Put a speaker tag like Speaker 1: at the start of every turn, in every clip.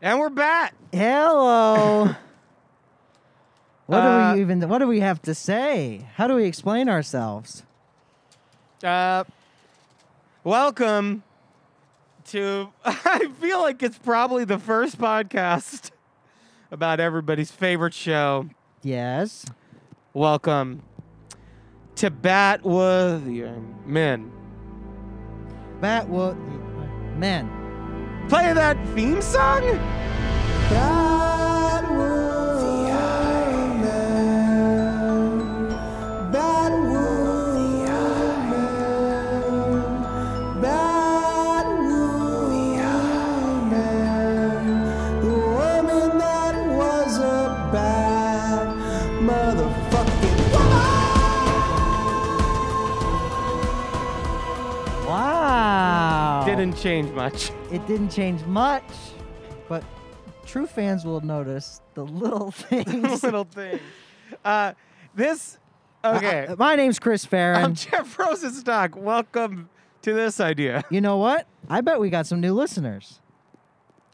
Speaker 1: And we're back.
Speaker 2: Hello. what
Speaker 1: Uh,
Speaker 2: do we even? What do we have to say? How do we explain ourselves?
Speaker 1: Uh, welcome to. I feel like it's probably the first podcast about everybody's favorite show.
Speaker 2: Yes.
Speaker 1: Welcome to Batwood Men.
Speaker 2: Bat will. Man.
Speaker 1: Play that theme song.
Speaker 2: Wow.
Speaker 1: Didn't change much.
Speaker 2: It didn't change much, but true fans will notice the little things.
Speaker 1: Little things. Uh, this. Okay.
Speaker 2: Uh, my name's Chris Farron.
Speaker 1: I'm Jeff Rosenstock. Welcome to this idea.
Speaker 2: you know what? I bet we got some new listeners.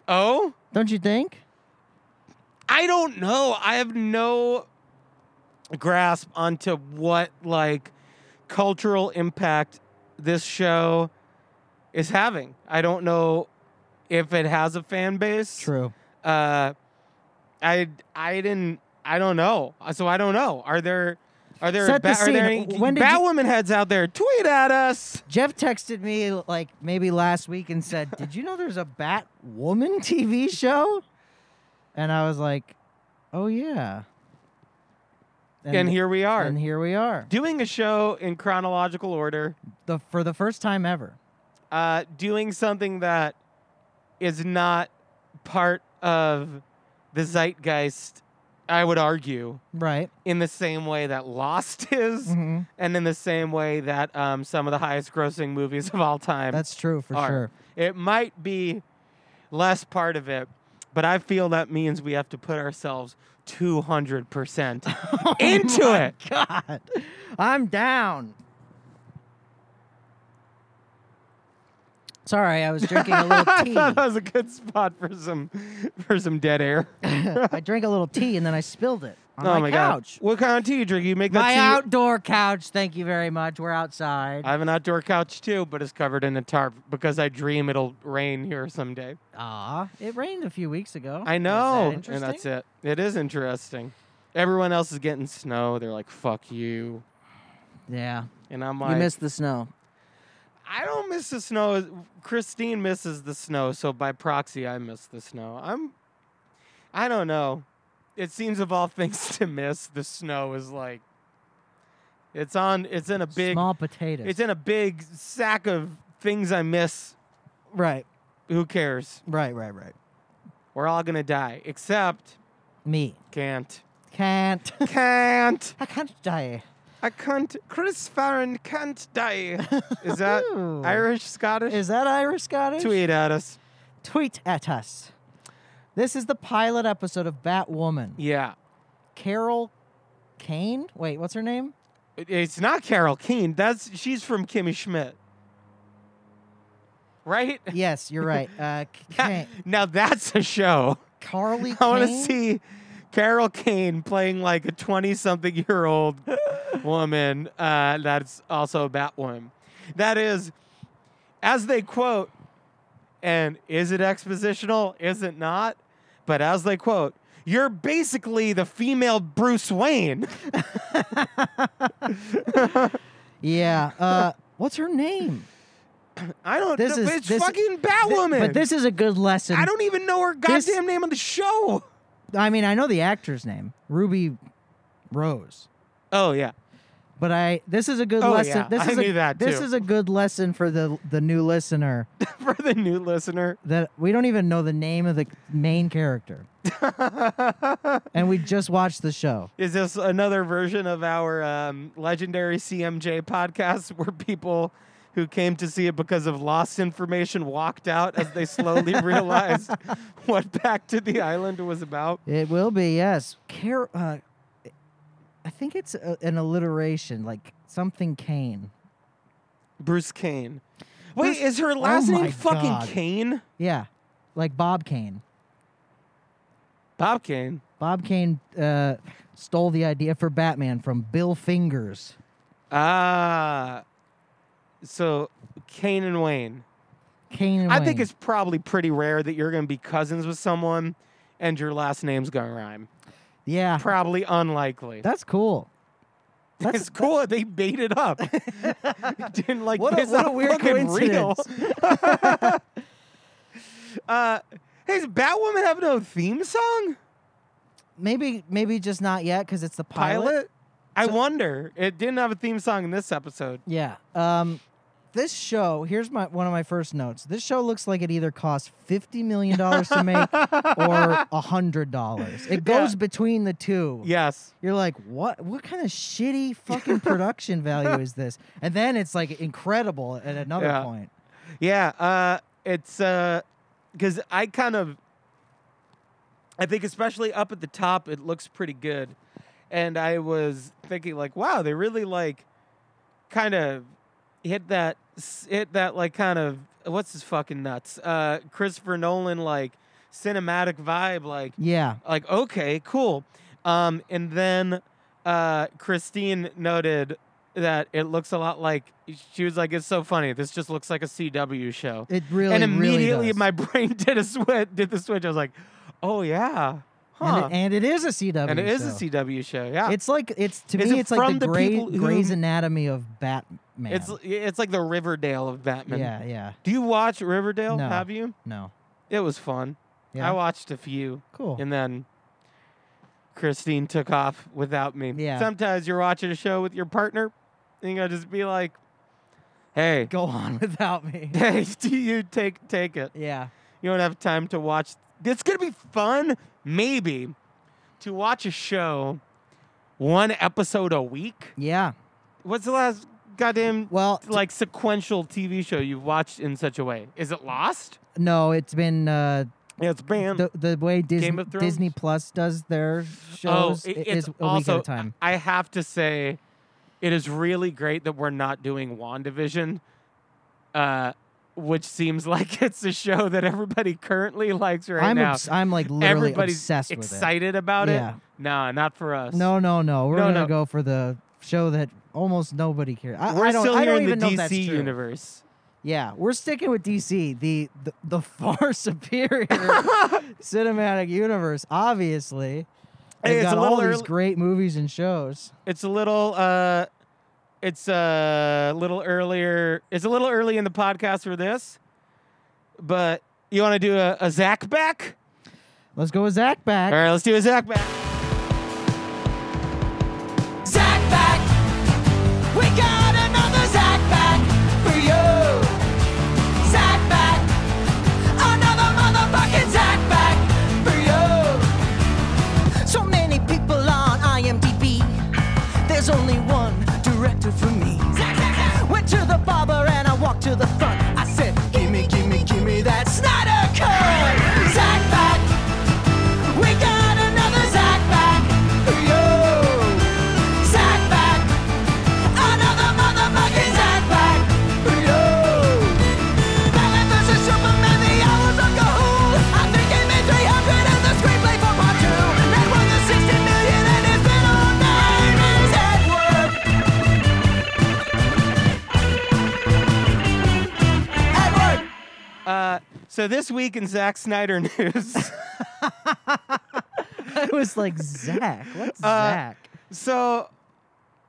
Speaker 1: Oh,
Speaker 2: Don't you think?
Speaker 1: I don't know. I have no grasp onto what like cultural impact this show is having. I don't know if it has a fan base.
Speaker 2: True.
Speaker 1: Uh, I I didn't. I don't know. So I don't know. Are there are there
Speaker 2: Set the
Speaker 1: are there
Speaker 2: scene.
Speaker 1: any
Speaker 2: When did you-
Speaker 1: Batwoman heads out there? Tweet at us.
Speaker 2: Jeff texted me like maybe last week and said, "Did you know there's a Bat Woman TV show?" And I was like, "Oh yeah."
Speaker 1: And, here we are.
Speaker 2: and here we are.
Speaker 1: doing a show in chronological order,
Speaker 2: The for the first time ever.
Speaker 1: uh, doing something that is not part of the zeitgeist, I would argue,
Speaker 2: Right.
Speaker 1: in the same way that Lost is,
Speaker 2: hmm
Speaker 1: and in the same way that um, some of the highest grossing movies of all time.
Speaker 2: That's true for
Speaker 1: are.
Speaker 2: sure.
Speaker 1: it might be less part of it, but I feel that means we have to put ourselves 200% into
Speaker 2: Oh my
Speaker 1: it.
Speaker 2: God, I'm down. Sorry, I was drinking a little
Speaker 1: I thought that
Speaker 2: tea.
Speaker 1: was a good spot for some for some dead air.
Speaker 2: I drank a little tea and then I spilled it on
Speaker 1: oh
Speaker 2: my,
Speaker 1: my
Speaker 2: couch.
Speaker 1: god! What kind of tea you drink? You make that
Speaker 2: My
Speaker 1: tea.
Speaker 2: outdoor couch. Thank you very much. We're outside.
Speaker 1: I have an outdoor couch too, but it's covered in a tarp because I dream it'll rain here someday.
Speaker 2: Ah, it rained a few weeks ago.
Speaker 1: I
Speaker 2: Was that
Speaker 1: know,
Speaker 2: interesting?
Speaker 1: and that's it. It is interesting. Everyone else is getting snow. They're like, "Fuck you,"
Speaker 2: Yeah,
Speaker 1: and I'm like,
Speaker 2: you missed the snow.
Speaker 1: "I don't miss the snow. Christine misses the snow, so by proxy, I miss the snow. I'm, I don't know. It seems of all things to miss, the snow is like, it's on. It's in a big
Speaker 2: Small potatoes.
Speaker 1: It's in a big sack of things I miss.
Speaker 2: right,
Speaker 1: Who cares?
Speaker 2: right, right, right.
Speaker 1: We're all gonna die. Except
Speaker 2: Me
Speaker 1: can't.
Speaker 2: can't.
Speaker 1: Can't.
Speaker 2: I can't die.
Speaker 1: I can't. Chris Farron can't die. Is that
Speaker 2: Ooh.
Speaker 1: Uh, Irish Scottish?
Speaker 2: Is that Irish Scottish?
Speaker 1: Tweet at us.
Speaker 2: Tweet at us. This is the pilot episode of Batwoman.
Speaker 1: Yeah.
Speaker 2: Carol Kane. Wait, what's her name?
Speaker 1: It- It's not Carol Keane. That's she's from Kimmy Schmidt. Right?
Speaker 2: Yes, you're right. Uh, Kane.
Speaker 1: Now that's a show.
Speaker 2: Carly.
Speaker 1: I want to
Speaker 2: Kane?
Speaker 1: see Carol Kane playing like a 20 something year old woman uh, that's also a Batwoman. That is, as they quote, and is it expositional? Is it not? But as they quote, you're basically the female Bruce Wayne.
Speaker 2: Yeah. Uh, what's her name?
Speaker 1: I don't
Speaker 2: This
Speaker 1: know.
Speaker 2: is-
Speaker 1: it's
Speaker 2: this-
Speaker 1: fucking
Speaker 2: Th-
Speaker 1: Batwoman.
Speaker 2: but this is a good lesson.
Speaker 1: I don't even know her goddamn
Speaker 2: this-
Speaker 1: name on the show.
Speaker 2: I mean, I know the actor's name, Ruby Rose.
Speaker 1: Oh, yeah.
Speaker 2: But I this is a good
Speaker 1: Oh,
Speaker 2: lesson.
Speaker 1: yeah,
Speaker 2: This
Speaker 1: I
Speaker 2: is
Speaker 1: knew
Speaker 2: a,
Speaker 1: that,
Speaker 2: This
Speaker 1: too.
Speaker 2: is a good lesson for the the new listener
Speaker 1: For the new listener.
Speaker 2: that we don't even know the name of the main character. and we just watched the show.
Speaker 1: Is this another version of our um, legendary CMJ podcast where people who came to see it because of lost information walked out as they slowly realized what Back to the Island was about?
Speaker 2: It will be yes. Car- uh, I think it's a, an alliteration, like something Kane.
Speaker 1: Bruce Kane. Wait,
Speaker 2: Bruce-
Speaker 1: is her last
Speaker 2: Oh my
Speaker 1: name fucking
Speaker 2: God.
Speaker 1: Kane?
Speaker 2: Yeah, like Bob Kane.
Speaker 1: Bob Kane.
Speaker 2: Bob Kane uh, stole the idea for Batman from Bill Fingers.
Speaker 1: Ah. So Kane and Wayne.
Speaker 2: Kane and
Speaker 1: I think
Speaker 2: Wayne.
Speaker 1: it's probably pretty rare that you're going to be cousins with someone and your last name's going to rhyme.
Speaker 2: yeah.
Speaker 1: Probably unlikely.
Speaker 2: That's cool. That's
Speaker 1: it's cool that they beat it up. Didn't like
Speaker 2: What a-
Speaker 1: this
Speaker 2: what a
Speaker 1: out
Speaker 2: weird
Speaker 1: fucking real. uh, hey, does Batwoman have no theme song?
Speaker 2: maybe maybe just not yet because it's the
Speaker 1: Pilot?
Speaker 2: pilot.
Speaker 1: I
Speaker 2: So-
Speaker 1: wonder. It didn't have a theme song in this episode.
Speaker 2: Yeah. Um, this show here's my one of my first notes. This show looks like it either costs fifty million dollars to make or a hundred dollars. It
Speaker 1: Yeah.
Speaker 2: goes between the two.
Speaker 1: Yes.
Speaker 2: You're like, what? What kind of shitty fucking production value is this? And then it's like incredible at another
Speaker 1: Yeah.
Speaker 2: point.
Speaker 1: Yeah, uh, it's because I kind of, I think especially up at the top, it looks pretty good, and I was thinking like, wow, they really like, kind of, hit that s- hit that like kind of what's his fucking nuts, uh, Christopher Nolan like cinematic vibe like
Speaker 2: Yeah.
Speaker 1: like okay cool um and then uh christine noted that it looks a lot like she was like it's so funny this just looks like a cw show
Speaker 2: It really
Speaker 1: and
Speaker 2: really
Speaker 1: immediately
Speaker 2: does.
Speaker 1: my brain did a switch did the switch i was like oh yeah huh
Speaker 2: and, it, and it is a CW.
Speaker 1: and it is
Speaker 2: show.
Speaker 1: a cw show yeah
Speaker 2: It's like it's to
Speaker 1: Uh, Is
Speaker 2: me
Speaker 1: it
Speaker 2: it's like
Speaker 1: from
Speaker 2: the,
Speaker 1: the
Speaker 2: Grey,
Speaker 1: people who-
Speaker 2: Grey's Anatomy of Batman.
Speaker 1: it's it's like the riverdale of batman
Speaker 2: yeah, yeah.
Speaker 1: do you watch riverdale
Speaker 2: No.
Speaker 1: have you
Speaker 2: No.
Speaker 1: it was fun
Speaker 2: Yeah.
Speaker 1: i watched a few
Speaker 2: cool.
Speaker 1: and then Christine took off without me.
Speaker 2: Yeah.
Speaker 1: Sometimes you're watching a show with your partner, and you gotta just be like, "Hey,
Speaker 2: Go on without me.
Speaker 1: hey, do you take take it?
Speaker 2: yeah.
Speaker 1: You don't have time to watch. It's gonna be fun, maybe, to watch a show, one episode a week.
Speaker 2: Yeah.
Speaker 1: What's the last goddamn
Speaker 2: Well, t-
Speaker 1: like sequential TV show you've watched in such a way? Is it Lost?
Speaker 2: no, it's been uh,
Speaker 1: Yeah, it's Bam.
Speaker 2: the the way
Speaker 1: Game
Speaker 2: Disney
Speaker 1: of Thrones?
Speaker 2: Disney Plus does their shows
Speaker 1: oh, it-
Speaker 2: i-
Speaker 1: it's
Speaker 2: is a week
Speaker 1: also,
Speaker 2: at a time.
Speaker 1: I I have to say, it is really great that we're not doing WandaVision, uh, which seems like it's a show that everybody currently likes right
Speaker 2: I'm
Speaker 1: now.
Speaker 2: obs- I'm like literally
Speaker 1: Everybody's
Speaker 2: obsessed
Speaker 1: excited about it.
Speaker 2: Yeah.
Speaker 1: Nah, not for us.
Speaker 2: with it. No, no, no. We're
Speaker 1: No,
Speaker 2: gonna
Speaker 1: no.
Speaker 2: go for the show that almost nobody cares. I,
Speaker 1: we're
Speaker 2: I don't,
Speaker 1: still
Speaker 2: I
Speaker 1: here
Speaker 2: don't
Speaker 1: in the
Speaker 2: even know if that's
Speaker 1: DC
Speaker 2: true.
Speaker 1: universe.
Speaker 2: Yeah, we're sticking with DC, the the, the far superior cinematic universe, obviously.
Speaker 1: Hey,
Speaker 2: They've
Speaker 1: it's
Speaker 2: got
Speaker 1: a
Speaker 2: all
Speaker 1: little
Speaker 2: these
Speaker 1: early-
Speaker 2: great movies and shows.
Speaker 1: It's a little. Uh, it's a little earlier. It's a little early in the podcast for this, but you want to do a, a Zach back?
Speaker 2: Let's go with Zach back.
Speaker 1: All right, let's do a Zach back.
Speaker 3: Zach Pack. We got another Zach Pack for you. Zach Pack. Another motherfucking Zach Pack for you. So many people on IMDb. There's only one director for me. Went to the barber and I walked to the front. I said, Gimme, gimme, gimme that Snyder cut. Zach Pack. We got another Zach Pack for you. Zack back. Another motherfucking Zack back. Batman versus Superman, the hours of Kahoot. I think it made 300 and the screenplay for part two. That won the 60 million and it's been all nine years at work. At work.
Speaker 1: Uh, so this week in Zack Snyder news.
Speaker 2: I was like, Zach, what's
Speaker 1: Uh,
Speaker 2: Zach?
Speaker 1: so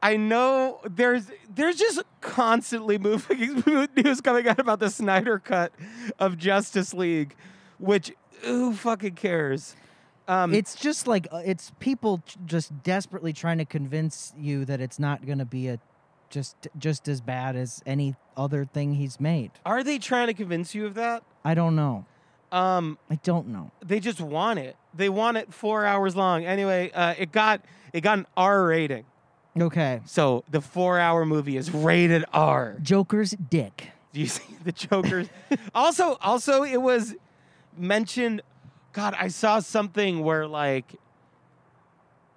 Speaker 1: I know there's there's just constantly moving news coming out about the Snyder cut of Justice League, which who fucking cares? Um,
Speaker 2: It's just like uh, it's people j- just desperately trying to convince you that it's not going to be a just just as bad as any other thing he's made.
Speaker 1: are they trying to convince you of that?
Speaker 2: I don't know.
Speaker 1: Um,
Speaker 2: I don't know.
Speaker 1: they just want it. They want it four hours long. Anyway, uh, it got it got an R rating.
Speaker 2: Okay.
Speaker 1: So the four-hour movie is rated R.
Speaker 2: Joker's dick.
Speaker 1: Do you see the Joker's? also, also, it was mentioned. God, I saw something where like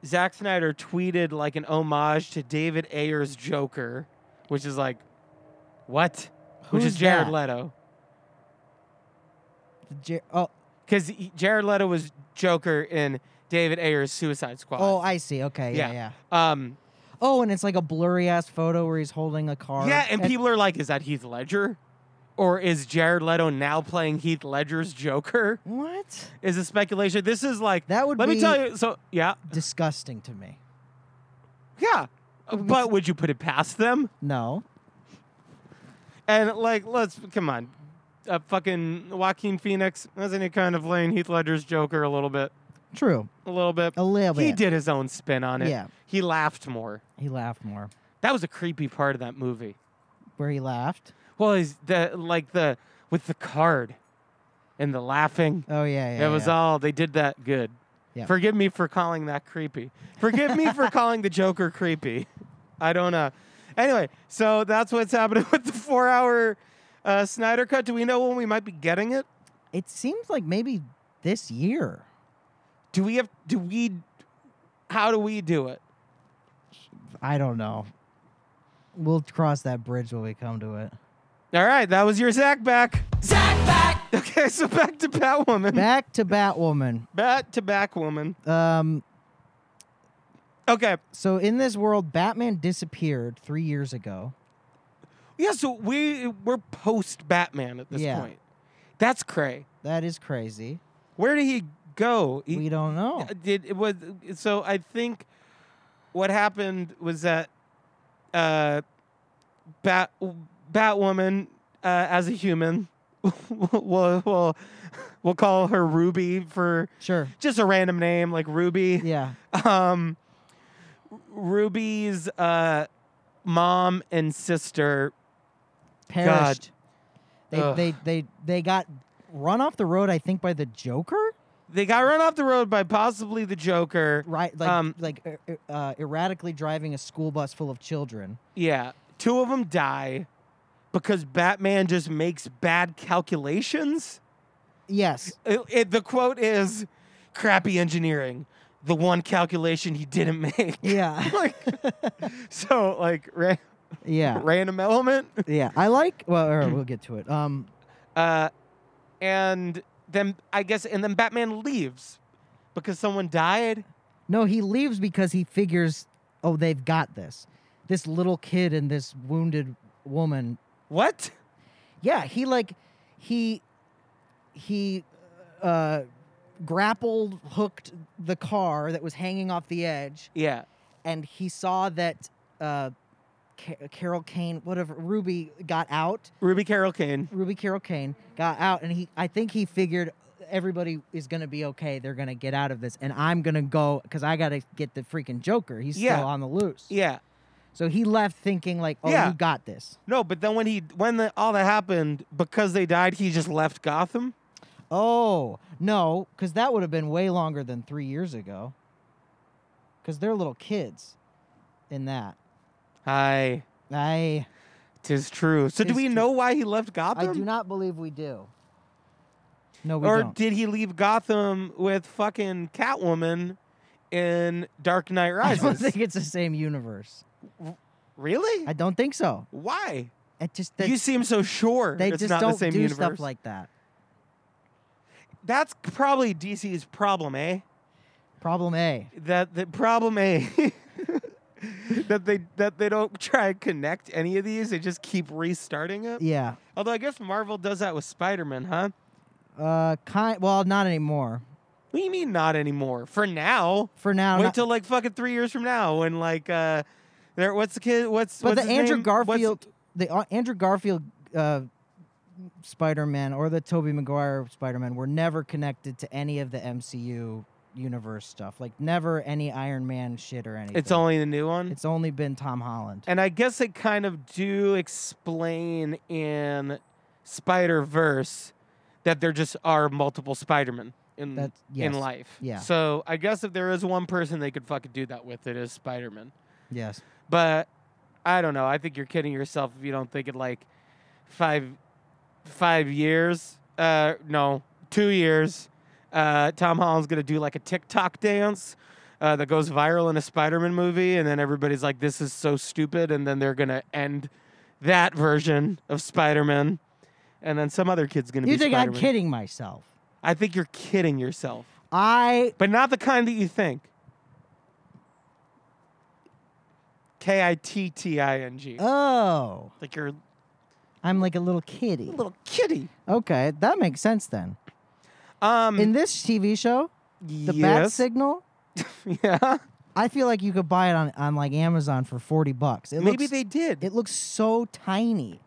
Speaker 1: Zack Snyder tweeted like an homage to David Ayer's Joker, which is like, what? which
Speaker 2: Who's
Speaker 1: is Jared
Speaker 2: that?
Speaker 1: Leto,
Speaker 2: The J- oh,
Speaker 1: because Jared Leto was Joker in David Ayer's Suicide Squad.
Speaker 2: Oh, I see. Okay. Yeah. Yeah.
Speaker 1: Um,
Speaker 2: Oh, and it's like a blurry ass photo where he's holding a card.
Speaker 1: yeah, and people are like, is that Heath Ledger? Or is Jared Leto now playing Heath Ledger's Joker?
Speaker 2: What?
Speaker 1: Is a speculation. This is like
Speaker 2: That would
Speaker 1: Let me
Speaker 2: be-
Speaker 1: tell you. So yeah,
Speaker 2: Disgusting to me.
Speaker 1: yeah. Uh, But would you put it past them?
Speaker 2: No.
Speaker 1: And like, let's come on. Uh, fucking Joaquin Phoenix wasn't he kind of playing Heath Ledger's Joker a little bit?
Speaker 2: True.
Speaker 1: A little bit.
Speaker 2: A little bit.
Speaker 1: He did his own spin on it.
Speaker 2: Yeah.
Speaker 1: He laughed more.
Speaker 2: He laughed more.
Speaker 1: That was a creepy part of that movie.
Speaker 2: Where he laughed.
Speaker 1: Well, he's the like the with the card and the laughing.
Speaker 2: Oh yeah.
Speaker 1: It
Speaker 2: Yeah.
Speaker 1: was
Speaker 2: yeah.
Speaker 1: all they did that good.
Speaker 2: Yeah.
Speaker 1: Forgive me for calling that creepy. Forgive me for calling the Joker creepy. I don't know. Anyway, so that's what's happening with the four-hour uh, Snyder cut. Do we know when we might be getting it?
Speaker 2: It seems like maybe this year.
Speaker 1: Do we have? Do we? How do we do it?
Speaker 2: I don't know. We'll cross that bridge when we come to it.
Speaker 1: All right, that was your Zach back.
Speaker 3: Zack back.
Speaker 1: Okay, so back to Batwoman.
Speaker 2: Back to Batwoman.
Speaker 1: Bat to Batwoman.
Speaker 2: Um,
Speaker 1: Okay.
Speaker 2: so in this world, Batman disappeared three years ago.
Speaker 1: Yeah, so we we're post Batman at this
Speaker 2: Yeah.
Speaker 1: point. That's cray.
Speaker 2: That is crazy.
Speaker 1: Where did he go? He-
Speaker 2: We don't know.
Speaker 1: Uh, Did it was so? I think what happened was that uh, Bat Batwoman uh, as a human, we'll, we'll we'll call her Ruby for
Speaker 2: Sure.
Speaker 1: just a random name like Ruby.
Speaker 2: Yeah.
Speaker 1: Um, Ruby's uh, mom and sister.
Speaker 2: Perished.
Speaker 1: Ugh.
Speaker 2: They, they they they got run off the road. I think by the Joker.
Speaker 1: They got run off the road by possibly the Joker.
Speaker 2: Right. Like
Speaker 1: Um,
Speaker 2: like er- er- uh, erratically driving a school bus full of children.
Speaker 1: Yeah. Two of them die because Batman just makes bad calculations.
Speaker 2: Yes.
Speaker 1: It- Uh, it- the quote is crappy engineering, the one calculation he didn't make.
Speaker 2: Yeah.
Speaker 1: like, so, like, ra-
Speaker 2: yeah.
Speaker 1: random element.
Speaker 2: Yeah. I like. Well, all right, we'll get to it. Um.
Speaker 1: Uh, and then, I guess, and then Batman leaves because someone died.
Speaker 2: No, he leaves because he figures, oh, they've got this. This little kid and this wounded woman.
Speaker 1: What?
Speaker 2: Yeah, he like he he uh grappled hooked the car that was hanging off the edge
Speaker 1: Yeah.
Speaker 2: and he saw that uh Ca- Carol Kane, whatever Ruby got out.
Speaker 1: Ruby Carol Kane.
Speaker 2: Ruby Carol Kane got out, and he. I think he figured everybody is gonna be okay. They're gonna get out of this, and I'm gonna go because I gotta get the freaking Joker. He's
Speaker 1: Yeah.
Speaker 2: still on the loose.
Speaker 1: Yeah.
Speaker 2: So he left thinking like, "Oh,
Speaker 1: Yeah.
Speaker 2: you got this."
Speaker 1: No, but then when he when the, all that happened, because they died, he just left Gotham.
Speaker 2: Oh no, because that would have been way longer than three years ago. Because they're little kids, in that.
Speaker 1: Aye,
Speaker 2: I
Speaker 1: tis true. So do
Speaker 2: Tis
Speaker 1: we
Speaker 2: true.
Speaker 1: know why he left
Speaker 2: I
Speaker 1: Gotham?
Speaker 2: do not believe we do. No, we
Speaker 1: or
Speaker 2: don't.
Speaker 1: did he leave Gotham with fucking Catwoman in Dark Knight
Speaker 2: I
Speaker 1: Rises?
Speaker 2: don't think it's the same universe.
Speaker 1: really?
Speaker 2: I don't think so.
Speaker 1: why?
Speaker 2: It just
Speaker 1: you
Speaker 2: that's-
Speaker 1: seem so sure
Speaker 2: they
Speaker 1: it's
Speaker 2: just
Speaker 1: not
Speaker 2: don't
Speaker 1: the same
Speaker 2: do
Speaker 1: universe.
Speaker 2: stuff like that.
Speaker 1: That's probably DC's problem, eh?
Speaker 2: Problem A.
Speaker 1: That the problem, eh? that they that they don't try and connect any of these. They just keep restarting it.
Speaker 2: Yeah.
Speaker 1: Although I guess Marvel does that with Spider-Man, huh?
Speaker 2: Uh, kind. Well, not anymore.
Speaker 1: What do you mean not anymore? For now.
Speaker 2: For now.
Speaker 1: Wait
Speaker 2: not-
Speaker 1: till like fucking three years from now when like uh there what's the kid what's
Speaker 2: but
Speaker 1: what's
Speaker 2: the
Speaker 1: his
Speaker 2: Andrew
Speaker 1: name? What's-
Speaker 2: Garfield, the uh, Andrew Garfield uh, Spider-Man or the Tobey Maguire Spider-Man were never connected to any of the MCU universe stuff. Like never any Iron Man shit or anything.
Speaker 1: It's only the new one.
Speaker 2: It's only been Tom Holland.
Speaker 1: and I guess they kind of do explain in Spider Verse that there just are multiple Spider-Men in
Speaker 2: That's yes.
Speaker 1: in life.
Speaker 2: Yeah.
Speaker 1: So I guess if there is one person they could fucking do that with, it is Spider-Man.
Speaker 2: Yes.
Speaker 1: But I don't know. I think you're kidding yourself if you don't think it like five five years. Uh, no, two years. Uh, Tom Holland's gonna do like a TikTok dance uh, that goes viral in a Spider-Man movie, and then everybody's like, "This is so stupid," and then they're gonna end that version of Spider-Man, and then some other kid's gonna
Speaker 2: You
Speaker 1: be
Speaker 2: think
Speaker 1: Spider-Man.
Speaker 2: I'm kidding myself?
Speaker 1: I think you're kidding yourself.
Speaker 2: I
Speaker 1: but not the kind that you think. K I T T I N G.
Speaker 2: oh,
Speaker 1: Like you're a
Speaker 2: I'm like a little kitty.
Speaker 1: little kitty.
Speaker 2: Okay, that makes sense then.
Speaker 1: Um,
Speaker 2: In this TV show, the bat
Speaker 1: yes.
Speaker 2: signal,
Speaker 1: yeah.
Speaker 2: I feel like you could buy it on, on like Amazon for 40 bucks. It
Speaker 1: Maybe
Speaker 2: looks,
Speaker 1: they did.
Speaker 2: it looks so tiny.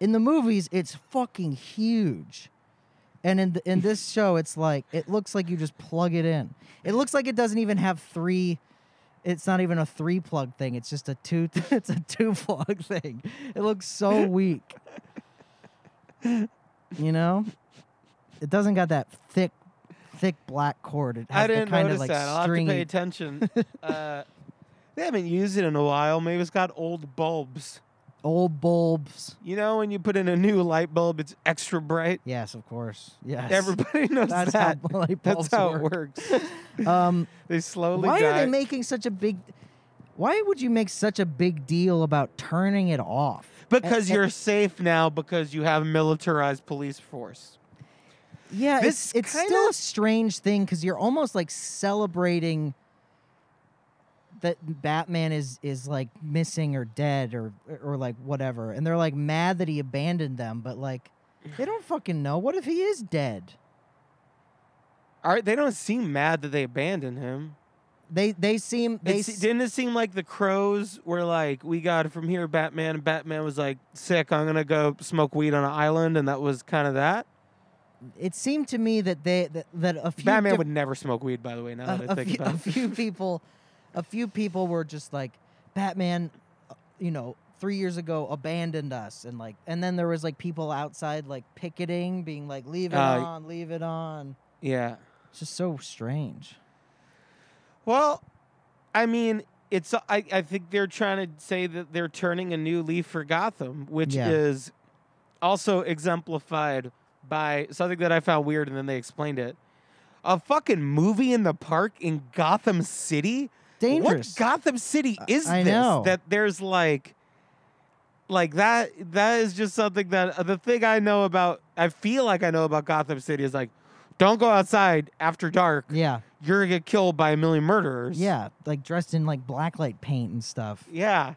Speaker 2: In the movies, it's fucking huge. And in the, in this show, it's like it looks like you just plug it in. It looks like it doesn't even have three. It's not even a three plug thing. It's just a two. It's a two plug thing. It looks so weak. you know, it doesn't got that thick, thick black cord. It has
Speaker 1: I didn't
Speaker 2: the kind
Speaker 1: notice
Speaker 2: of like
Speaker 1: that. I'll have to pay
Speaker 2: stringy.
Speaker 1: attention. uh, they haven't used it in a while. Maybe it's got old bulbs.
Speaker 2: old bulbs.
Speaker 1: You know, when you put in a new light bulb, it's extra bright.
Speaker 2: Yes, of course. Yes.
Speaker 1: Everybody knows
Speaker 2: That's
Speaker 1: that.
Speaker 2: how light bulbs
Speaker 1: That's how
Speaker 2: work.
Speaker 1: it works.
Speaker 2: Um,
Speaker 1: they slowly
Speaker 2: why
Speaker 1: die.
Speaker 2: are they making such a big? Why would you make such a big deal about turning it off?
Speaker 1: because
Speaker 2: and-
Speaker 1: you're safe now because you have militarized police force.
Speaker 2: Yeah,
Speaker 1: This
Speaker 2: it's, it's
Speaker 1: kinda-
Speaker 2: still a strange thing because you're almost like celebrating that Batman is is like missing or dead or or like whatever, and they're like mad that he abandoned them, but like they don't fucking know. What if he is dead?
Speaker 1: All right, they don't seem mad that they abandoned him.
Speaker 2: They they seem
Speaker 1: It
Speaker 2: they
Speaker 1: se-
Speaker 2: s-
Speaker 1: didn't it seem like the crows were like, "We got it from here, Batman." And Batman was like, "Sick, I'm gonna go smoke weed on an island," and that was kind of that.
Speaker 2: it seemed to me that they that, that a few
Speaker 1: Batman
Speaker 2: diff-
Speaker 1: would never smoke weed, by the way. Now
Speaker 2: a,
Speaker 1: that I
Speaker 2: a
Speaker 1: think
Speaker 2: few,
Speaker 1: about
Speaker 2: a
Speaker 1: it,
Speaker 2: few people a few people were just like batman uh, you know three years ago abandoned us and like and then there was like people outside like picketing being like leave it
Speaker 1: Uh,
Speaker 2: on leave it on
Speaker 1: yeah.
Speaker 2: it's just so strange
Speaker 1: Well, I mean, it's I, I think they're trying to say that they're turning a new leaf for Gotham, which
Speaker 2: Yeah.
Speaker 1: is also exemplified by something that I found weird and then they explained it. A fucking movie in the park in Gotham City?
Speaker 2: dangerous
Speaker 1: What Gotham City is
Speaker 2: I
Speaker 1: this
Speaker 2: know.
Speaker 1: that there's like like that that is just something that uh, the thing I know about I feel like I know about Gotham City is like don't go outside after dark.
Speaker 2: yeah
Speaker 1: You're gonna get killed by a million murderers.
Speaker 2: yeah like dressed in like blacklight paint and stuff
Speaker 1: Yeah.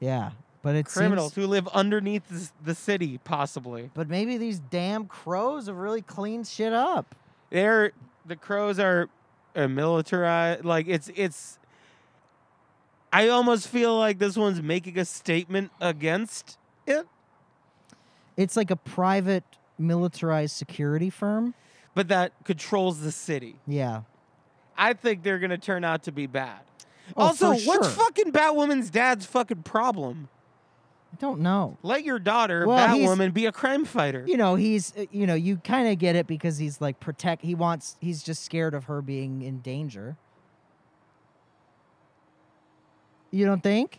Speaker 2: yeah but it's
Speaker 1: Criminals who live underneath this, the city, possibly.
Speaker 2: but maybe these damn crows have really cleaned shit up
Speaker 1: They're the crows are uh, militarized. Like it's it's. I almost feel like this one's making a statement against it,
Speaker 2: it's like a private militarized security firm
Speaker 1: but that controls the city.
Speaker 2: yeah
Speaker 1: I think they're gonna turn out to be bad.
Speaker 2: Oh,
Speaker 1: also,
Speaker 2: for
Speaker 1: what's
Speaker 2: sure.
Speaker 1: fucking Batwoman's dad's fucking problem?
Speaker 2: i don't know
Speaker 1: Let your daughter,
Speaker 2: Well, he's-
Speaker 1: Batwoman, be a crime fighter.
Speaker 2: you know he's uh, you know you kind of get it because he's like protect he wants he's just scared of her being in danger you don't think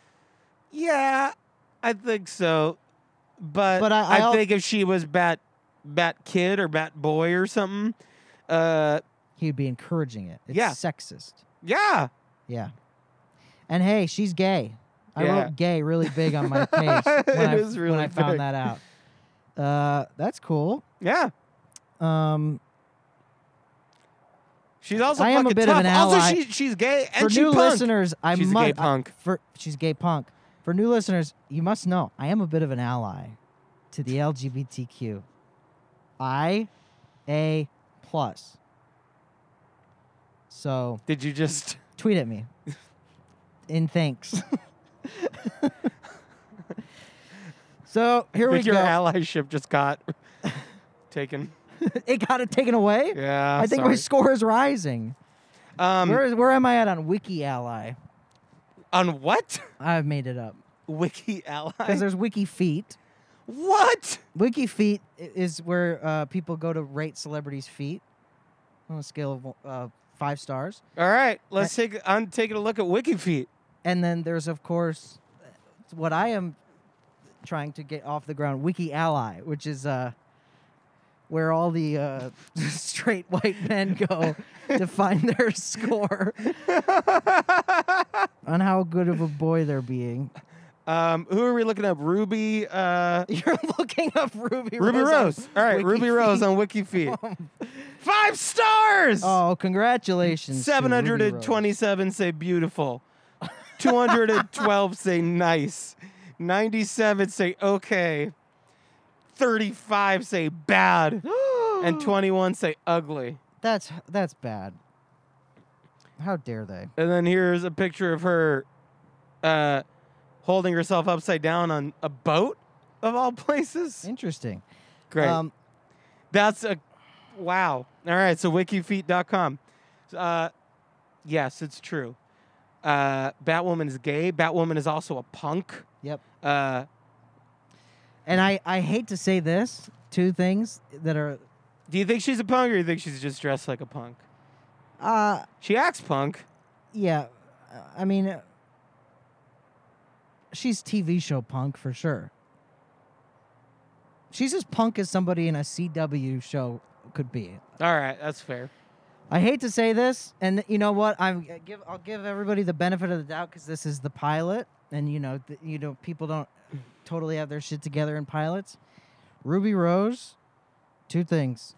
Speaker 1: Yeah, I think so. But,
Speaker 2: But
Speaker 1: but
Speaker 2: I-
Speaker 1: I,
Speaker 2: I al-
Speaker 1: think if she was Bat Bat Kid or Bat Boy or something, uh,
Speaker 2: he'd be encouraging it it's
Speaker 1: Yeah.
Speaker 2: sexist
Speaker 1: yeah,
Speaker 2: yeah and hey she's gay i
Speaker 1: Yeah.
Speaker 2: wrote gay really big on my page when, I,
Speaker 1: It is
Speaker 2: when
Speaker 1: really
Speaker 2: I found
Speaker 1: big.
Speaker 2: that out uh that's cool
Speaker 1: yeah.
Speaker 2: um
Speaker 1: She's also
Speaker 2: I am a
Speaker 1: fucking
Speaker 2: bit of
Speaker 1: tough.
Speaker 2: an ally.
Speaker 1: Also, she, she's gay and
Speaker 2: for
Speaker 1: she
Speaker 2: new
Speaker 1: punk.
Speaker 2: listeners i
Speaker 1: she's a
Speaker 2: must
Speaker 1: gay punk.
Speaker 2: for she's gay punk. For new listeners, you must know I am a bit of an ally to the LGBTQ. I A plus. So
Speaker 1: Did you just?
Speaker 2: tweet at me. In thanks. so here
Speaker 1: I
Speaker 2: we
Speaker 1: think your
Speaker 2: go.
Speaker 1: allyship just got taken.
Speaker 2: it got it taken away.
Speaker 1: Yeah,
Speaker 2: I think my score is rising.
Speaker 1: um
Speaker 2: where, is, where am I at on Wiki Ally?
Speaker 1: on what
Speaker 2: I've made it up
Speaker 1: wiki ally?
Speaker 2: because there's Wiki Feet.
Speaker 1: What?
Speaker 2: Wiki feet i- is where uh, people go to rate celebrities' feet on a scale of one- uh, five stars.
Speaker 1: All right, let's take. I'm taking a look at Wiki Feet.
Speaker 2: And then there's, of course, uh, what I am trying to get off the ground Wiki Ally, which is uh, where all the uh, straight white men go to find their score on how good of a boy they're being.
Speaker 1: Um, who are we looking up? Ruby. Uh,
Speaker 2: You're looking up Ruby,
Speaker 1: Ruby
Speaker 2: Rose. on
Speaker 1: Rose. All right, Ruby Rose
Speaker 2: Wikifeed.
Speaker 1: on WikiFeed. Five stars.
Speaker 2: Oh, congratulations. to Ruby Rose.
Speaker 1: 727 say beautiful. 212 say nice. 97 say okay. 35 say bad. And 21 say ugly.
Speaker 2: That's that's bad. How dare they?
Speaker 1: And then here's a picture of her uh, holding herself upside down on a boat, of all places.
Speaker 2: Interesting.
Speaker 1: Great.
Speaker 2: Um,
Speaker 1: That's a wow. All right, so wikifeet.com. Uh, yes, it's true. Uh, Batwoman is gay. Batwoman is also a punk.
Speaker 2: yep.
Speaker 1: Uh,
Speaker 2: And
Speaker 1: Mm.
Speaker 2: I, I hate to say this, two things that are
Speaker 1: do you think she's a punk or do you think she's just dressed like a punk?
Speaker 2: uh
Speaker 1: She acts punk.
Speaker 2: yeah, uh, I mean uh, she's TV show punk for sure. She's as punk as somebody in a CW show could be.
Speaker 1: All right, that's fair.
Speaker 2: I hate to say this, and you know what? I'm I give I'll give everybody the benefit of the doubt because this is the pilot, and you know th- you know people don't totally have their shit together in pilots. Ruby Rose, two things.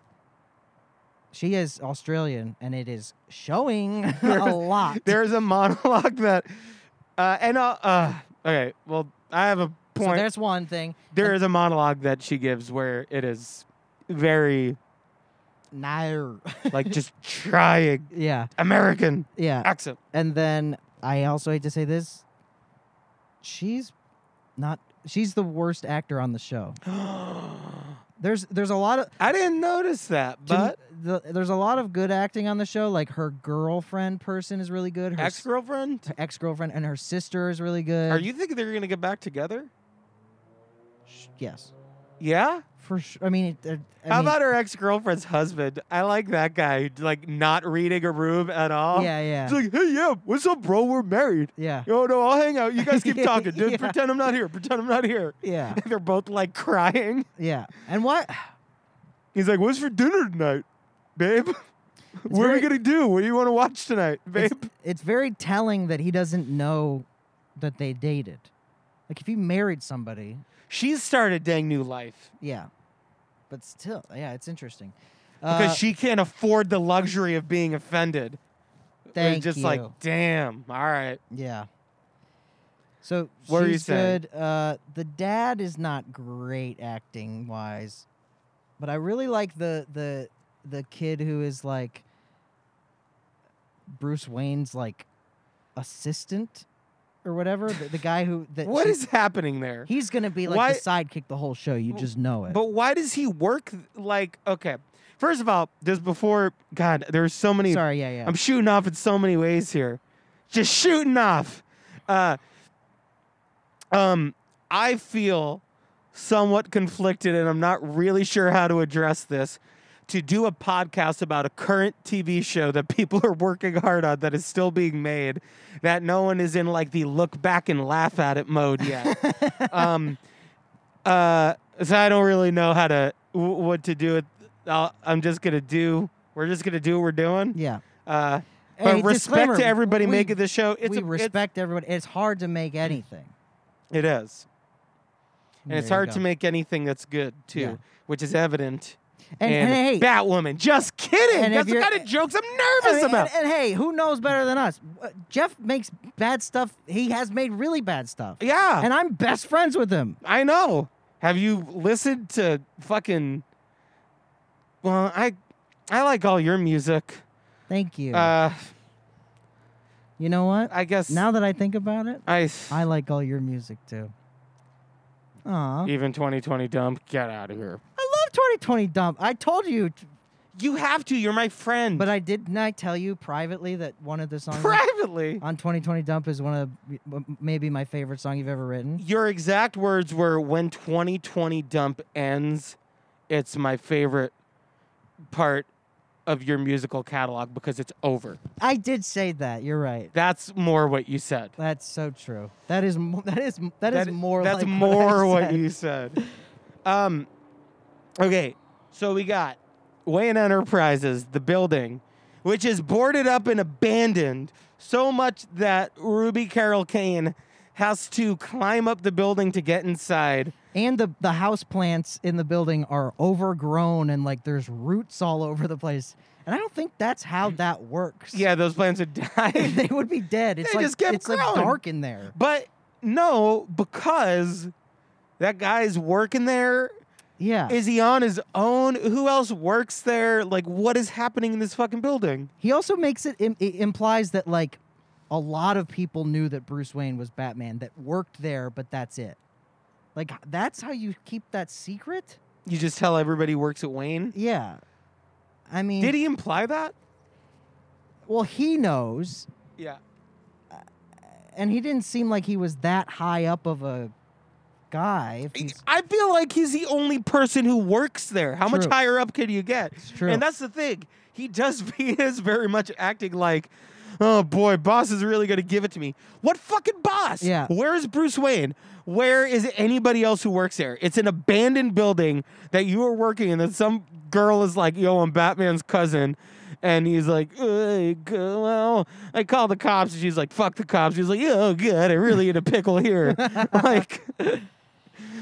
Speaker 2: She is Australian, and it is showing a lot.
Speaker 1: There's a monologue that, uh, and uh, uh, okay, well, I have a
Speaker 2: so
Speaker 1: point.
Speaker 2: there's one thing.
Speaker 1: there is a monologue that she gives where it is very
Speaker 2: No.
Speaker 1: like just trying
Speaker 2: yeah,
Speaker 1: American
Speaker 2: yeah.
Speaker 1: accent.
Speaker 2: And then I also hate to say this. She's not. She's the worst actor on the show.
Speaker 1: I
Speaker 2: There's there's a lot of
Speaker 1: didn't notice that,
Speaker 2: to m-
Speaker 1: but
Speaker 2: the, there's a lot of good acting on the show. Like her girlfriend person is really good. Her
Speaker 1: ex girlfriend.
Speaker 2: ex girlfriend and her sister is really good.
Speaker 1: Are you thinking they're gonna get back together?
Speaker 2: Sh- Yes,
Speaker 1: Yeah.
Speaker 2: for sure. I mean, it, uh, I
Speaker 1: How
Speaker 2: mean,
Speaker 1: about her ex girlfriend's husband? I like that guy. Like not reading a room at all.
Speaker 2: Yeah, yeah,
Speaker 1: He's like, hey, yeah, what's up, bro? We're married.
Speaker 2: yeah,
Speaker 1: Oh no, I'll hang out. You guys keep talking. Just
Speaker 2: Yeah.
Speaker 1: pretend I'm not here. Pretend I'm not here.
Speaker 2: yeah,
Speaker 1: They're both like crying.
Speaker 2: yeah. And what?
Speaker 1: He's like, "What's for dinner tonight, babe? what are we
Speaker 2: very-
Speaker 1: gonna do? What do you want to watch tonight, babe?"
Speaker 2: It's, it's very telling that he doesn't know that they dated. Like if he married somebody,
Speaker 1: She's started dang new life
Speaker 2: yeah. But still, yeah, it's interesting.
Speaker 1: because
Speaker 2: Uh,
Speaker 1: she can't afford the luxury of being offended.
Speaker 2: thank
Speaker 1: it's just
Speaker 2: you.
Speaker 1: like, damn. All right.
Speaker 2: Yeah. So
Speaker 1: What were you
Speaker 2: she's
Speaker 1: saying?
Speaker 2: good. Uh, the dad is not great acting wise, but I really like the the the kid who is like Bruce Wayne's like assistant or whatever. The, the guy who that
Speaker 1: What
Speaker 2: she-
Speaker 1: is happening there?
Speaker 2: he's gonna be like
Speaker 1: Why-
Speaker 2: the sidekick the whole show. You just know it.
Speaker 1: But why does he work th- like? Okay, first of all, just before God, there's so many.
Speaker 2: Sorry, yeah, yeah.
Speaker 1: I'm shooting off in so many ways here. Just shooting off. Uh, um, I feel somewhat conflicted, and I'm not really sure how to address this. To do a podcast about a current TV show that people are working hard on that is still being made, that no one is in like the look back and laugh at it mode yet. um, uh, so I don't really know how to w- what to do. With, I'll, I'm just gonna do. We're just gonna do what we're doing.
Speaker 2: yeah.
Speaker 1: Uh,
Speaker 2: Hey,
Speaker 1: but respect
Speaker 2: disclaimer,
Speaker 1: to everybody
Speaker 2: we-
Speaker 1: making the show. It's
Speaker 2: we
Speaker 1: a,
Speaker 2: respect everybody. It's hard to make anything.
Speaker 1: It, it is, and it's
Speaker 2: There you
Speaker 1: hard to
Speaker 2: go.
Speaker 1: make anything that's good too,
Speaker 2: Yeah.
Speaker 1: which is evident.
Speaker 2: And, and, hey,
Speaker 1: Batwoman. Just kidding.
Speaker 2: and if
Speaker 1: that's the
Speaker 2: you're-
Speaker 1: kind of jokes I'm
Speaker 2: I
Speaker 1: nervous
Speaker 2: mean,
Speaker 1: about.
Speaker 2: And, and hey, who knows better than us? Uh, Jeff makes bad stuff. He has made really bad stuff.
Speaker 1: yeah,
Speaker 2: And I'm best friends with him.
Speaker 1: I know. Have you listened to fucking? Well, I, I like all your music.
Speaker 2: Thank you.
Speaker 1: Uh,
Speaker 2: you know what?
Speaker 1: I guess
Speaker 2: now that I think about it,
Speaker 1: I,
Speaker 2: I like all your music too. Aw.
Speaker 1: even 2020 dump. Get out of here.
Speaker 2: I love 2020 Dump. I told you, t-
Speaker 1: You have to. You're my friend.
Speaker 2: but I didn't I tell you privately that one of the songs on-
Speaker 1: privately.
Speaker 2: on 2020 Dump is one of the- m- maybe my favorite song you've ever written?
Speaker 1: Your exact words were when 2020 dump ends, it's my favorite part of your musical catalog because it's over.
Speaker 2: I did say that. You're right.
Speaker 1: That's more what you said.
Speaker 2: That's so true. That is mo- that is m- that
Speaker 1: That-
Speaker 2: is more
Speaker 1: That's
Speaker 2: like
Speaker 1: more
Speaker 2: what,
Speaker 1: what,
Speaker 2: I said.
Speaker 1: you said. Um okay, so we got Wayne Enterprises, the building, which is boarded up and abandoned so much that Ruby Carol Kane has to climb up the building to get inside.
Speaker 2: And the the house plants in the building are overgrown and like there's roots all over the place. And I don't think that's how that works.
Speaker 1: Mm. Yeah, those plants are dying.
Speaker 2: they would be dead. It's
Speaker 1: They
Speaker 2: like
Speaker 1: just kept
Speaker 2: it's like
Speaker 1: growing.
Speaker 2: dark in there.
Speaker 1: But no, because that guy's working there.
Speaker 2: Yeah.
Speaker 1: Is he on his own? Who else works there? Like, what is happening in this fucking building?
Speaker 2: He also makes it, im- it implies that like a lot of people knew that Bruce Wayne was Batman that worked there, but that's it. Like that's how you keep that secret?
Speaker 1: You just tell everybody he works at Wayne?
Speaker 2: Yeah. I mean,
Speaker 1: Did he imply that?
Speaker 2: well, he knows,
Speaker 1: Yeah.
Speaker 2: and he didn't seem like he was that high up of a guy. if he's-
Speaker 1: I feel like he's the only person who works there. How much
Speaker 2: True.
Speaker 1: higher up can you get?
Speaker 2: It's true.
Speaker 1: And that's the thing. He does he is very much acting like, oh boy, boss is really gonna give it to me. What fucking boss?
Speaker 2: Yeah.
Speaker 1: Where is Bruce Wayne? Where is anybody else who works there? It's an abandoned building that you were working in. That some girl is like, yo, I'm Batman's cousin. And he's like, "Uh, g- well, I called the cops. And she's like, fuck the cops. He's like, oh, good. I'm really in a pickle here. like,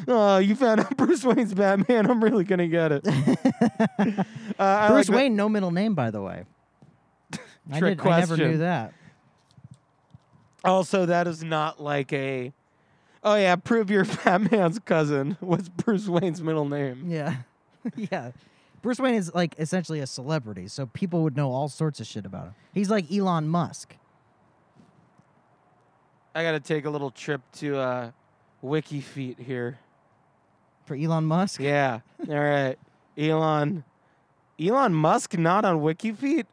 Speaker 1: oh, you found out Bruce Wayne's Batman. I'm really going to get it. Uh, I like
Speaker 2: Bruce
Speaker 1: that-
Speaker 2: Wayne, no middle name, by the way. I,
Speaker 1: Trick
Speaker 2: did, I never knew
Speaker 1: question.
Speaker 2: that.
Speaker 1: Also, that is not like a. Oh yeah, prove you're Batman's cousin. What's Bruce Wayne's middle name?
Speaker 2: Yeah, yeah. Bruce Wayne is like essentially a celebrity, so people would know all sorts of shit about him. He's like Elon Musk.
Speaker 1: I gotta take a little trip to uh, Wiki Feet here.
Speaker 2: For Elon Musk?
Speaker 1: Yeah. All right, Elon. Elon Musk not on Wiki Feet.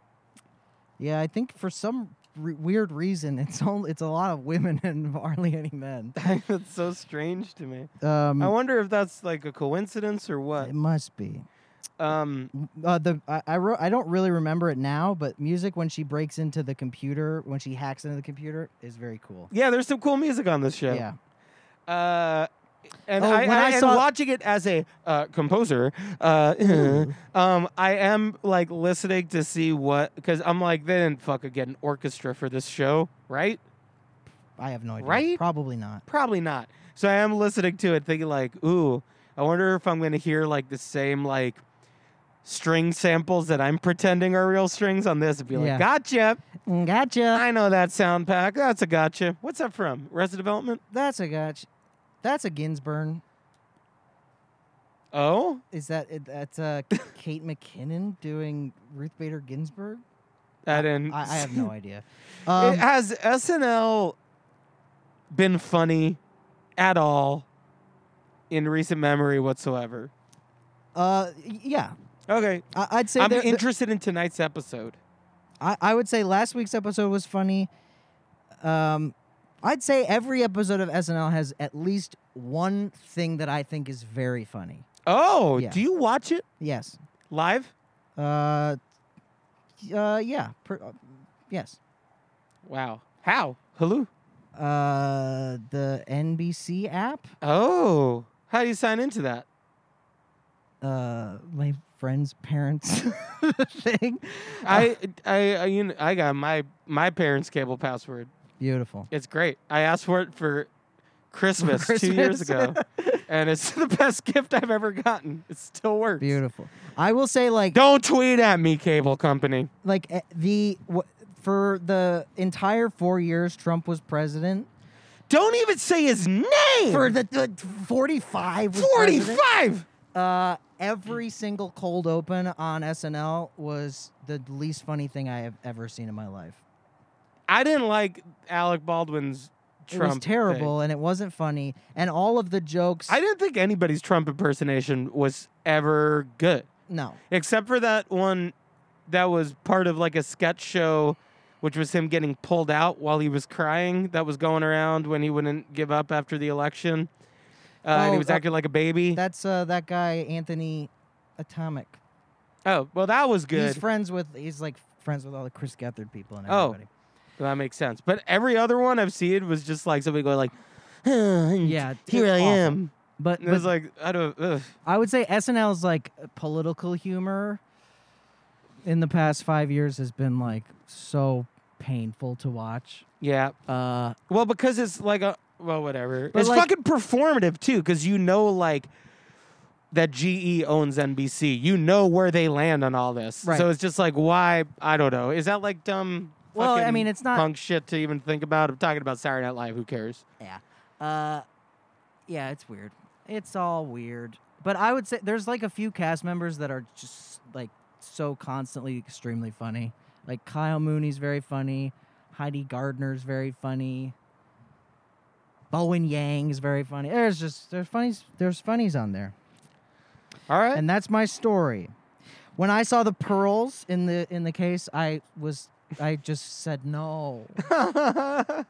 Speaker 2: Yeah, I think for some re- weird reason, it's only it's a lot of women and hardly any men.
Speaker 1: that's so strange to me.
Speaker 2: Um,
Speaker 1: I wonder if that's like a coincidence or what.
Speaker 2: it must be.
Speaker 1: Um,
Speaker 2: M- Uh, the I, I wrote. I don't really remember it now, but music when she breaks into the computer, when she hacks into the computer, is very cool.
Speaker 1: yeah, there's some cool music on this show.
Speaker 2: Yeah.
Speaker 1: Uh, and
Speaker 2: Oh,
Speaker 1: I,
Speaker 2: when
Speaker 1: I,
Speaker 2: I
Speaker 1: and
Speaker 2: saw-
Speaker 1: watching it as a uh, composer, uh, um, I am like listening to see what because I'm like they didn't fucking get an orchestra for this show, right?
Speaker 2: I have no idea.
Speaker 1: Right?
Speaker 2: Probably not.
Speaker 1: Probably not. So I am listening to it, thinking like, ooh, I wonder if I'm gonna hear like the same like string samples that I'm pretending are real strings on this, and be like,
Speaker 2: Yeah.
Speaker 1: gotcha.
Speaker 2: Mm, Gotcha.
Speaker 1: I know that sound pack. That's a gotcha. What's that from? Resident Development.
Speaker 2: That's a gotcha. That's a Ginsburn.
Speaker 1: Oh,
Speaker 2: Is that it- that's uh, Kate McKinnon doing Ruth Bader Ginsburg?
Speaker 1: that in.
Speaker 2: I, I have no idea.
Speaker 1: it,
Speaker 2: Um,
Speaker 1: has SNL been funny at all in recent memory whatsoever?
Speaker 2: uh, y- yeah,
Speaker 1: Okay,
Speaker 2: I, I'd say
Speaker 1: I'm
Speaker 2: there- there-
Speaker 1: interested in tonight's episode.
Speaker 2: I, I would say last week's episode was funny. Um, I'd say every episode of SNL has at least one thing that I think is very funny.
Speaker 1: Oh,
Speaker 2: Yeah.
Speaker 1: do you watch it
Speaker 2: Yes.
Speaker 1: live?
Speaker 2: Uh, y- uh, yeah. Per, uh, yes.
Speaker 1: Wow, how? Hello.
Speaker 2: Uh, the NBC app.
Speaker 1: Oh, how do you sign into that?
Speaker 2: Uh, my friend's parents thing. Oh,
Speaker 1: I, I, I, you know, I got my my parents' cable password.
Speaker 2: Beautiful.
Speaker 1: It's great. I asked for it for Christmas, two years ago,
Speaker 2: Christmas.
Speaker 1: and it's the best gift I've ever gotten. It still works.
Speaker 2: Beautiful. I will say like
Speaker 1: Don't tweet at me, cable company.
Speaker 2: like eh, the w- for the entire 4 years Trump was president
Speaker 1: Don't even say his name.
Speaker 2: for the, the 45 was president.
Speaker 1: 45.
Speaker 2: uh every single cold open on SNL was the least funny thing I have ever seen in my life.
Speaker 1: I didn't like Alec Baldwin's Trump.
Speaker 2: it was terrible and it wasn't funny and all of the jokes
Speaker 1: thing. I didn't think anybody's Trump impersonation was ever good,
Speaker 2: no.
Speaker 1: except for that one that was part of like a sketch show, which was him getting pulled out while he was crying. That was going around when he wouldn't give up after the election, uh, and he
Speaker 2: Oh,
Speaker 1: was
Speaker 2: uh,
Speaker 1: acting like a baby.
Speaker 2: That's uh that guy Anthony Atomic.
Speaker 1: oh, well, that was good.
Speaker 2: He's friends with he's like friends with all the Chris Gethard people and
Speaker 1: Oh.
Speaker 2: everybody.
Speaker 1: Well, that makes sense. But every other one I've seen was just like somebody going like, "Huh,
Speaker 2: Yeah,
Speaker 1: here I
Speaker 2: awful.
Speaker 1: am.
Speaker 2: But,
Speaker 1: And it was
Speaker 2: but
Speaker 1: like, I don't. Ugh.
Speaker 2: I would say SNL's like political humor in the past five years has been like so painful to watch.
Speaker 1: Yeah.
Speaker 2: Uh,
Speaker 1: Well, because it's like a well, whatever.
Speaker 2: But
Speaker 1: it's
Speaker 2: like-
Speaker 1: fucking performative too, because you know, like that GE owns NBC. You know where they land on all this,
Speaker 2: Right.
Speaker 1: so it's just like, why? I don't know. Is that like dumb?
Speaker 2: Well, I
Speaker 1: fucking
Speaker 2: mean, it's not-
Speaker 1: punk shit to even think about. I'm talking about Saturday Night Live. Who cares?
Speaker 2: Yeah. Uh, yeah, it's weird. It's all weird. But I would say there's like a few cast members that are just like so constantly extremely funny. Like Kyle Mooney's very funny. Heidi Gardner's very funny. Bowen Yang's very funny. There's just there's funnies there's funnies on there.
Speaker 1: All right.
Speaker 2: And that's my story. When I saw the pearls in the in the case, I was I just said no. I,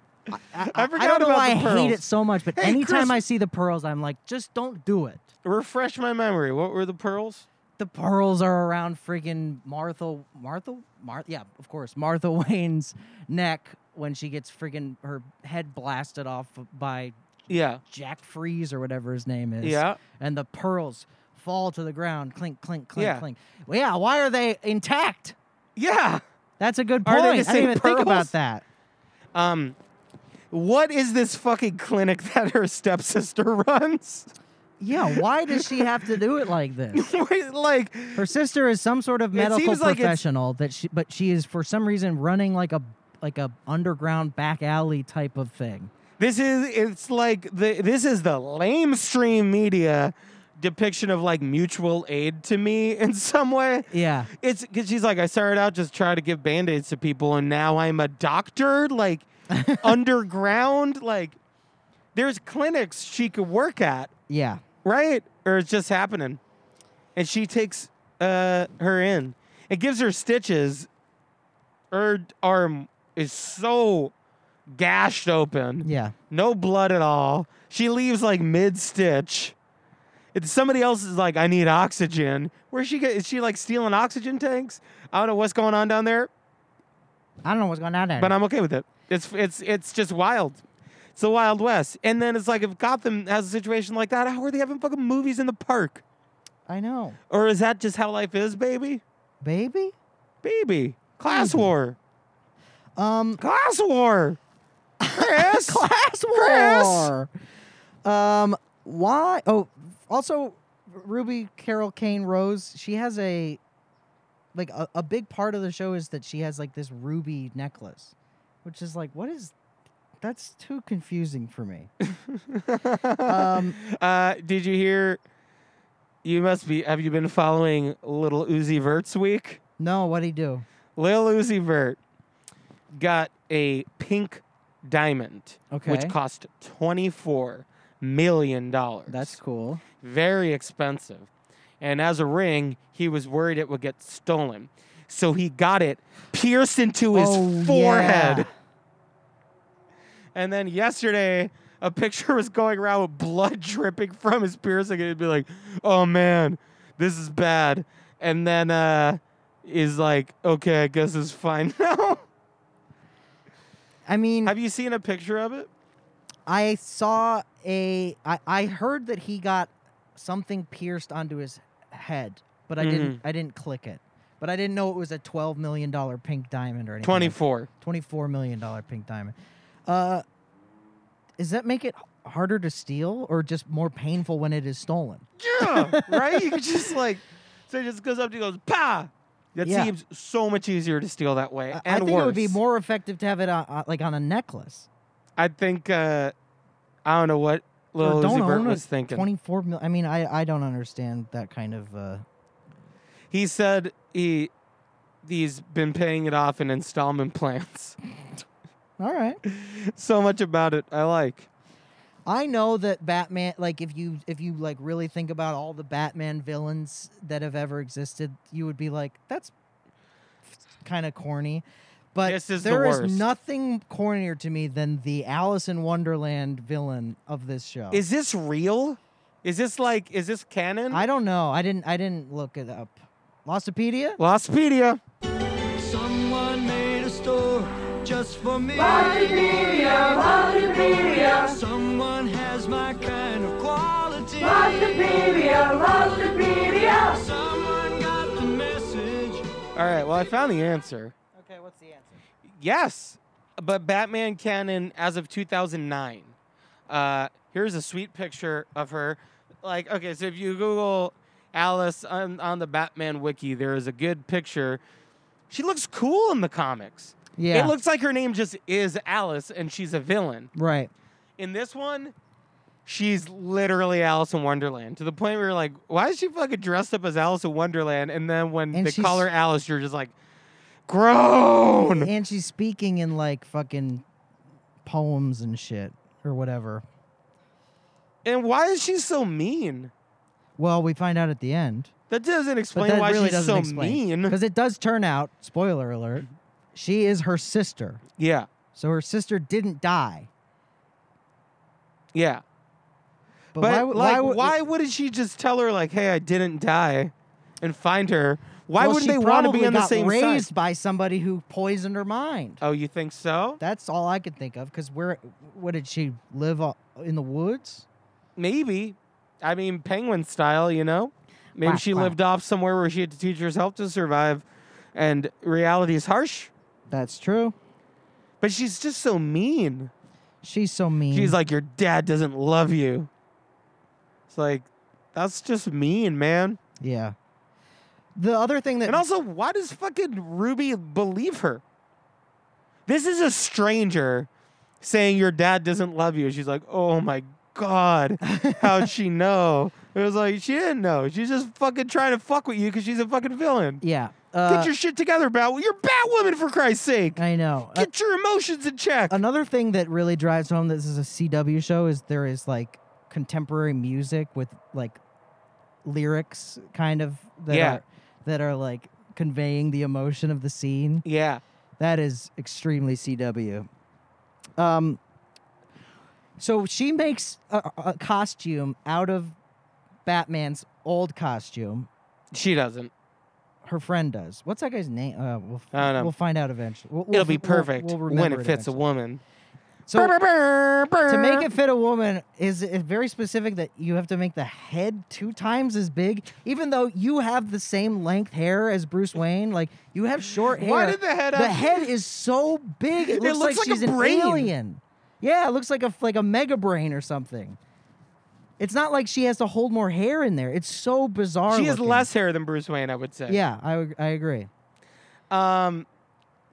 Speaker 1: I
Speaker 2: I
Speaker 1: forgot
Speaker 2: don't know
Speaker 1: about
Speaker 2: why
Speaker 1: the
Speaker 2: I hate
Speaker 1: pearls.
Speaker 2: it so much, but
Speaker 1: Hey,
Speaker 2: anytime
Speaker 1: Chris-
Speaker 2: I see the pearls, I'm like, just don't do it.
Speaker 1: Refresh my memory. What were the pearls?
Speaker 2: The pearls are around friggin' Martha, Martha, Martha, yeah, of course, Martha Wayne's neck when she gets friggin' her head blasted off by
Speaker 1: Yeah.
Speaker 2: Jack Freeze or whatever his name is.
Speaker 1: Yeah.
Speaker 2: And the pearls fall to the ground, clink, clink, clink,
Speaker 1: Yeah.
Speaker 2: clink. Well, yeah, why are they intact?
Speaker 1: Yeah.
Speaker 2: That's a good point.
Speaker 1: Are they the
Speaker 2: I didn't
Speaker 1: same
Speaker 2: even think
Speaker 1: pearls?
Speaker 2: about that.
Speaker 1: Um, what is this fucking clinic that her stepsister runs?
Speaker 2: Yeah, why does she have to do it like this?
Speaker 1: Wait, like,
Speaker 2: Her sister is some sort of
Speaker 1: It
Speaker 2: medical
Speaker 1: seems like it's-
Speaker 2: professional that she, but she is for some reason running like a like a underground back alley type of thing.
Speaker 1: this is it's like the this is the lamestream media depiction of like mutual aid to me in some way.
Speaker 2: Yeah,
Speaker 1: It's because she's like, I started out just trying to give band aids to people, and now I'm a doctor, like underground. Like, there's clinics she could work at
Speaker 2: yeah,
Speaker 1: right? Or it's just happening. And she takes uh, her in. It gives her stitches. Her arm is so gashed open.
Speaker 2: yeah.
Speaker 1: No blood at all. She leaves like mid stitch. Somebody else is like, I need oxygen. Where's she get? Is she like stealing oxygen tanks? I don't know what's going on down there,
Speaker 2: I don't know what's going on there.
Speaker 1: but I'm okay with it. It's it's it's just wild. It's the Wild West. And then it's like if Gotham has a situation like that, how are they having fucking movies in the park?
Speaker 2: I know,
Speaker 1: Or is that just how life is, baby?
Speaker 2: baby.
Speaker 1: Baby. Class
Speaker 2: Baby.
Speaker 1: war.
Speaker 2: Um,
Speaker 1: Class war. Chris.
Speaker 2: class
Speaker 1: Chris!
Speaker 2: war. Um, why? Oh, also, Ruby Carol Kane Rose. She has a like a, a big part of the show is that she has like this ruby necklace, which is like, what is? That's too confusing for me. um,
Speaker 1: uh, did you hear? You must be. Have you been following Little Uzi Vert's week?
Speaker 2: no, what would he do?
Speaker 1: Lil Uzi Vert got a pink diamond,
Speaker 2: Okay.
Speaker 1: which cost $24 million.
Speaker 2: That's cool.
Speaker 1: very expensive. And as a ring, he was worried it would get stolen. So he got it pierced into his
Speaker 2: Oh,
Speaker 1: forehead.
Speaker 2: yeah.
Speaker 1: And then yesterday, a picture was going around with blood dripping from his piercing. And it'd be like, oh man, this is bad. And then uh, is like, okay, I guess it's fine now.
Speaker 2: I mean,
Speaker 1: Have you seen a picture of it?
Speaker 2: I saw a. I, I heard that he got something pierced onto his head, but I
Speaker 1: Mm-hmm.
Speaker 2: didn't. I didn't click it. But I didn't know it was a twelve million dollar pink diamond or anything. like-
Speaker 1: 24.
Speaker 2: Twenty-four million dollar pink diamond. Uh, does that make it h- harder to steal or just more painful when it is stolen?
Speaker 1: Yeah, right? You could just like, so it just goes up to you and goes, pa! That
Speaker 2: Yeah.
Speaker 1: seems so much easier to steal that way.
Speaker 2: I-
Speaker 1: and
Speaker 2: I think
Speaker 1: worse.
Speaker 2: it would be more effective to have it on, uh, like on a necklace.
Speaker 1: I think, uh, I don't know what
Speaker 2: Or
Speaker 1: Lil
Speaker 2: don't
Speaker 1: Uzi Vert
Speaker 2: own a
Speaker 1: was thinking.
Speaker 2: Twenty-four million. I mean, I I don't understand that kind of. Uh,
Speaker 1: He said he, he's been paying it off in installment plans.
Speaker 2: all right.
Speaker 1: so much about it I like.
Speaker 2: I know that Batman like if you if you like really think about all the Batman villains that have ever existed, you would be like, that's kind of corny. But
Speaker 1: This is the
Speaker 2: there is
Speaker 1: worst.
Speaker 2: nothing cornier to me than the Alice in Wonderland villain of this show.
Speaker 1: Is this real? Is this like, is this canon?
Speaker 2: I don't know. I didn't I didn't look it up. Lostopedia?
Speaker 1: Lostpedia.
Speaker 4: Someone made a store just for me.
Speaker 5: Wikipedia, Wikipedia,
Speaker 4: Someone has my kind of quality.
Speaker 5: Wikipedia, Wikipedia.
Speaker 4: Someone got the message.
Speaker 1: All right, well, I found the answer.
Speaker 2: Okay, what's the answer?
Speaker 1: Yes, but Batman canon as of 2009. Uh, here's a sweet picture of her. Like, okay, so if you Google Alice on, on the Batman wiki, there is a good picture. She looks cool in the comics.
Speaker 2: Yeah.
Speaker 1: It looks like her name just is Alice and she's a villain.
Speaker 2: Right.
Speaker 1: In this one, she's literally Alice in Wonderland to the point where you're like, why is she fucking dressed up as Alice in Wonderland? And then when
Speaker 2: And
Speaker 1: they
Speaker 2: she's-
Speaker 1: call her Alice, you're just like, grown.
Speaker 2: And she's speaking in like fucking poems and shit or whatever.
Speaker 1: And why is she so mean?
Speaker 2: Well, we find out at the end.
Speaker 1: That doesn't
Speaker 2: But
Speaker 1: explain
Speaker 2: that
Speaker 1: why
Speaker 2: really
Speaker 1: she's
Speaker 2: doesn't
Speaker 1: so
Speaker 2: explain.
Speaker 1: mean.
Speaker 2: Because it does turn out, spoiler alert, she is her sister.
Speaker 1: Yeah,
Speaker 2: So her sister didn't die.
Speaker 1: yeah.
Speaker 2: But,
Speaker 1: But,
Speaker 2: why,
Speaker 1: like,
Speaker 2: would-
Speaker 1: why,
Speaker 2: why, would-
Speaker 1: wouldn't she just tell her like, "Hey, I didn't die," and find her? Why
Speaker 2: well,
Speaker 1: wouldn't they
Speaker 2: she
Speaker 1: want to
Speaker 2: probably
Speaker 1: be on the
Speaker 2: got
Speaker 1: same
Speaker 2: raised
Speaker 1: side?
Speaker 2: by somebody who poisoned her mind.
Speaker 1: Oh, you think so?
Speaker 2: That's all I could think of. Because where, what did she live o- in the woods?
Speaker 1: Maybe. I mean, penguin style, you know. Maybe
Speaker 2: Wow,
Speaker 1: she
Speaker 2: wow.
Speaker 1: lived off somewhere where she had to teach herself to survive, and reality is harsh.
Speaker 2: That's true.
Speaker 1: But she's just so mean.
Speaker 2: She's so mean.
Speaker 1: She's like, "Your dad doesn't love you." It's like, that's just mean, man.
Speaker 2: yeah. The other thing that
Speaker 1: And also, why does fucking Ruby believe her? This is a stranger saying your dad doesn't love you. She's like, oh my God, how'd she know? It was like, she didn't know. She's just fucking trying to fuck with you because she's a fucking villain.
Speaker 2: yeah, uh,
Speaker 1: Get your shit together, Bat. You're Batwoman, for Christ's sake.
Speaker 2: I know. Uh,
Speaker 1: Get your emotions in check.
Speaker 2: another thing that really drives home that this is a CW show is there is like contemporary music with like lyrics kind of that
Speaker 1: Yeah.
Speaker 2: are that are like conveying the emotion of the scene.
Speaker 1: yeah.
Speaker 2: That is extremely CW. Um so she makes a, a costume out of Batman's old costume.
Speaker 1: She doesn't.
Speaker 2: Her friend does. What's that guy's name? Uh, we'll, f-
Speaker 1: I don't know.
Speaker 2: we'll find out eventually. We'll,
Speaker 1: It'll be perfect when it fits a woman.
Speaker 2: woman. So
Speaker 1: to
Speaker 2: to make it fit a woman is, is very specific that you have to make the head two times as big, even though you have the same length hair as Bruce Wayne. Like you have short hair.
Speaker 1: Why did the head
Speaker 2: The
Speaker 1: have-
Speaker 2: head is so big. It
Speaker 1: It
Speaker 2: looks,
Speaker 1: looks
Speaker 2: like,
Speaker 1: like a
Speaker 2: she's an
Speaker 1: brain.
Speaker 2: alien. Yeah, it looks like a like a mega brain or something. It's not like she has to hold more hair in there. It's so bizarre.
Speaker 1: She has
Speaker 2: looking.
Speaker 1: less hair than Bruce Wayne, I would say.
Speaker 2: Yeah, I, ag- I agree.
Speaker 1: Um,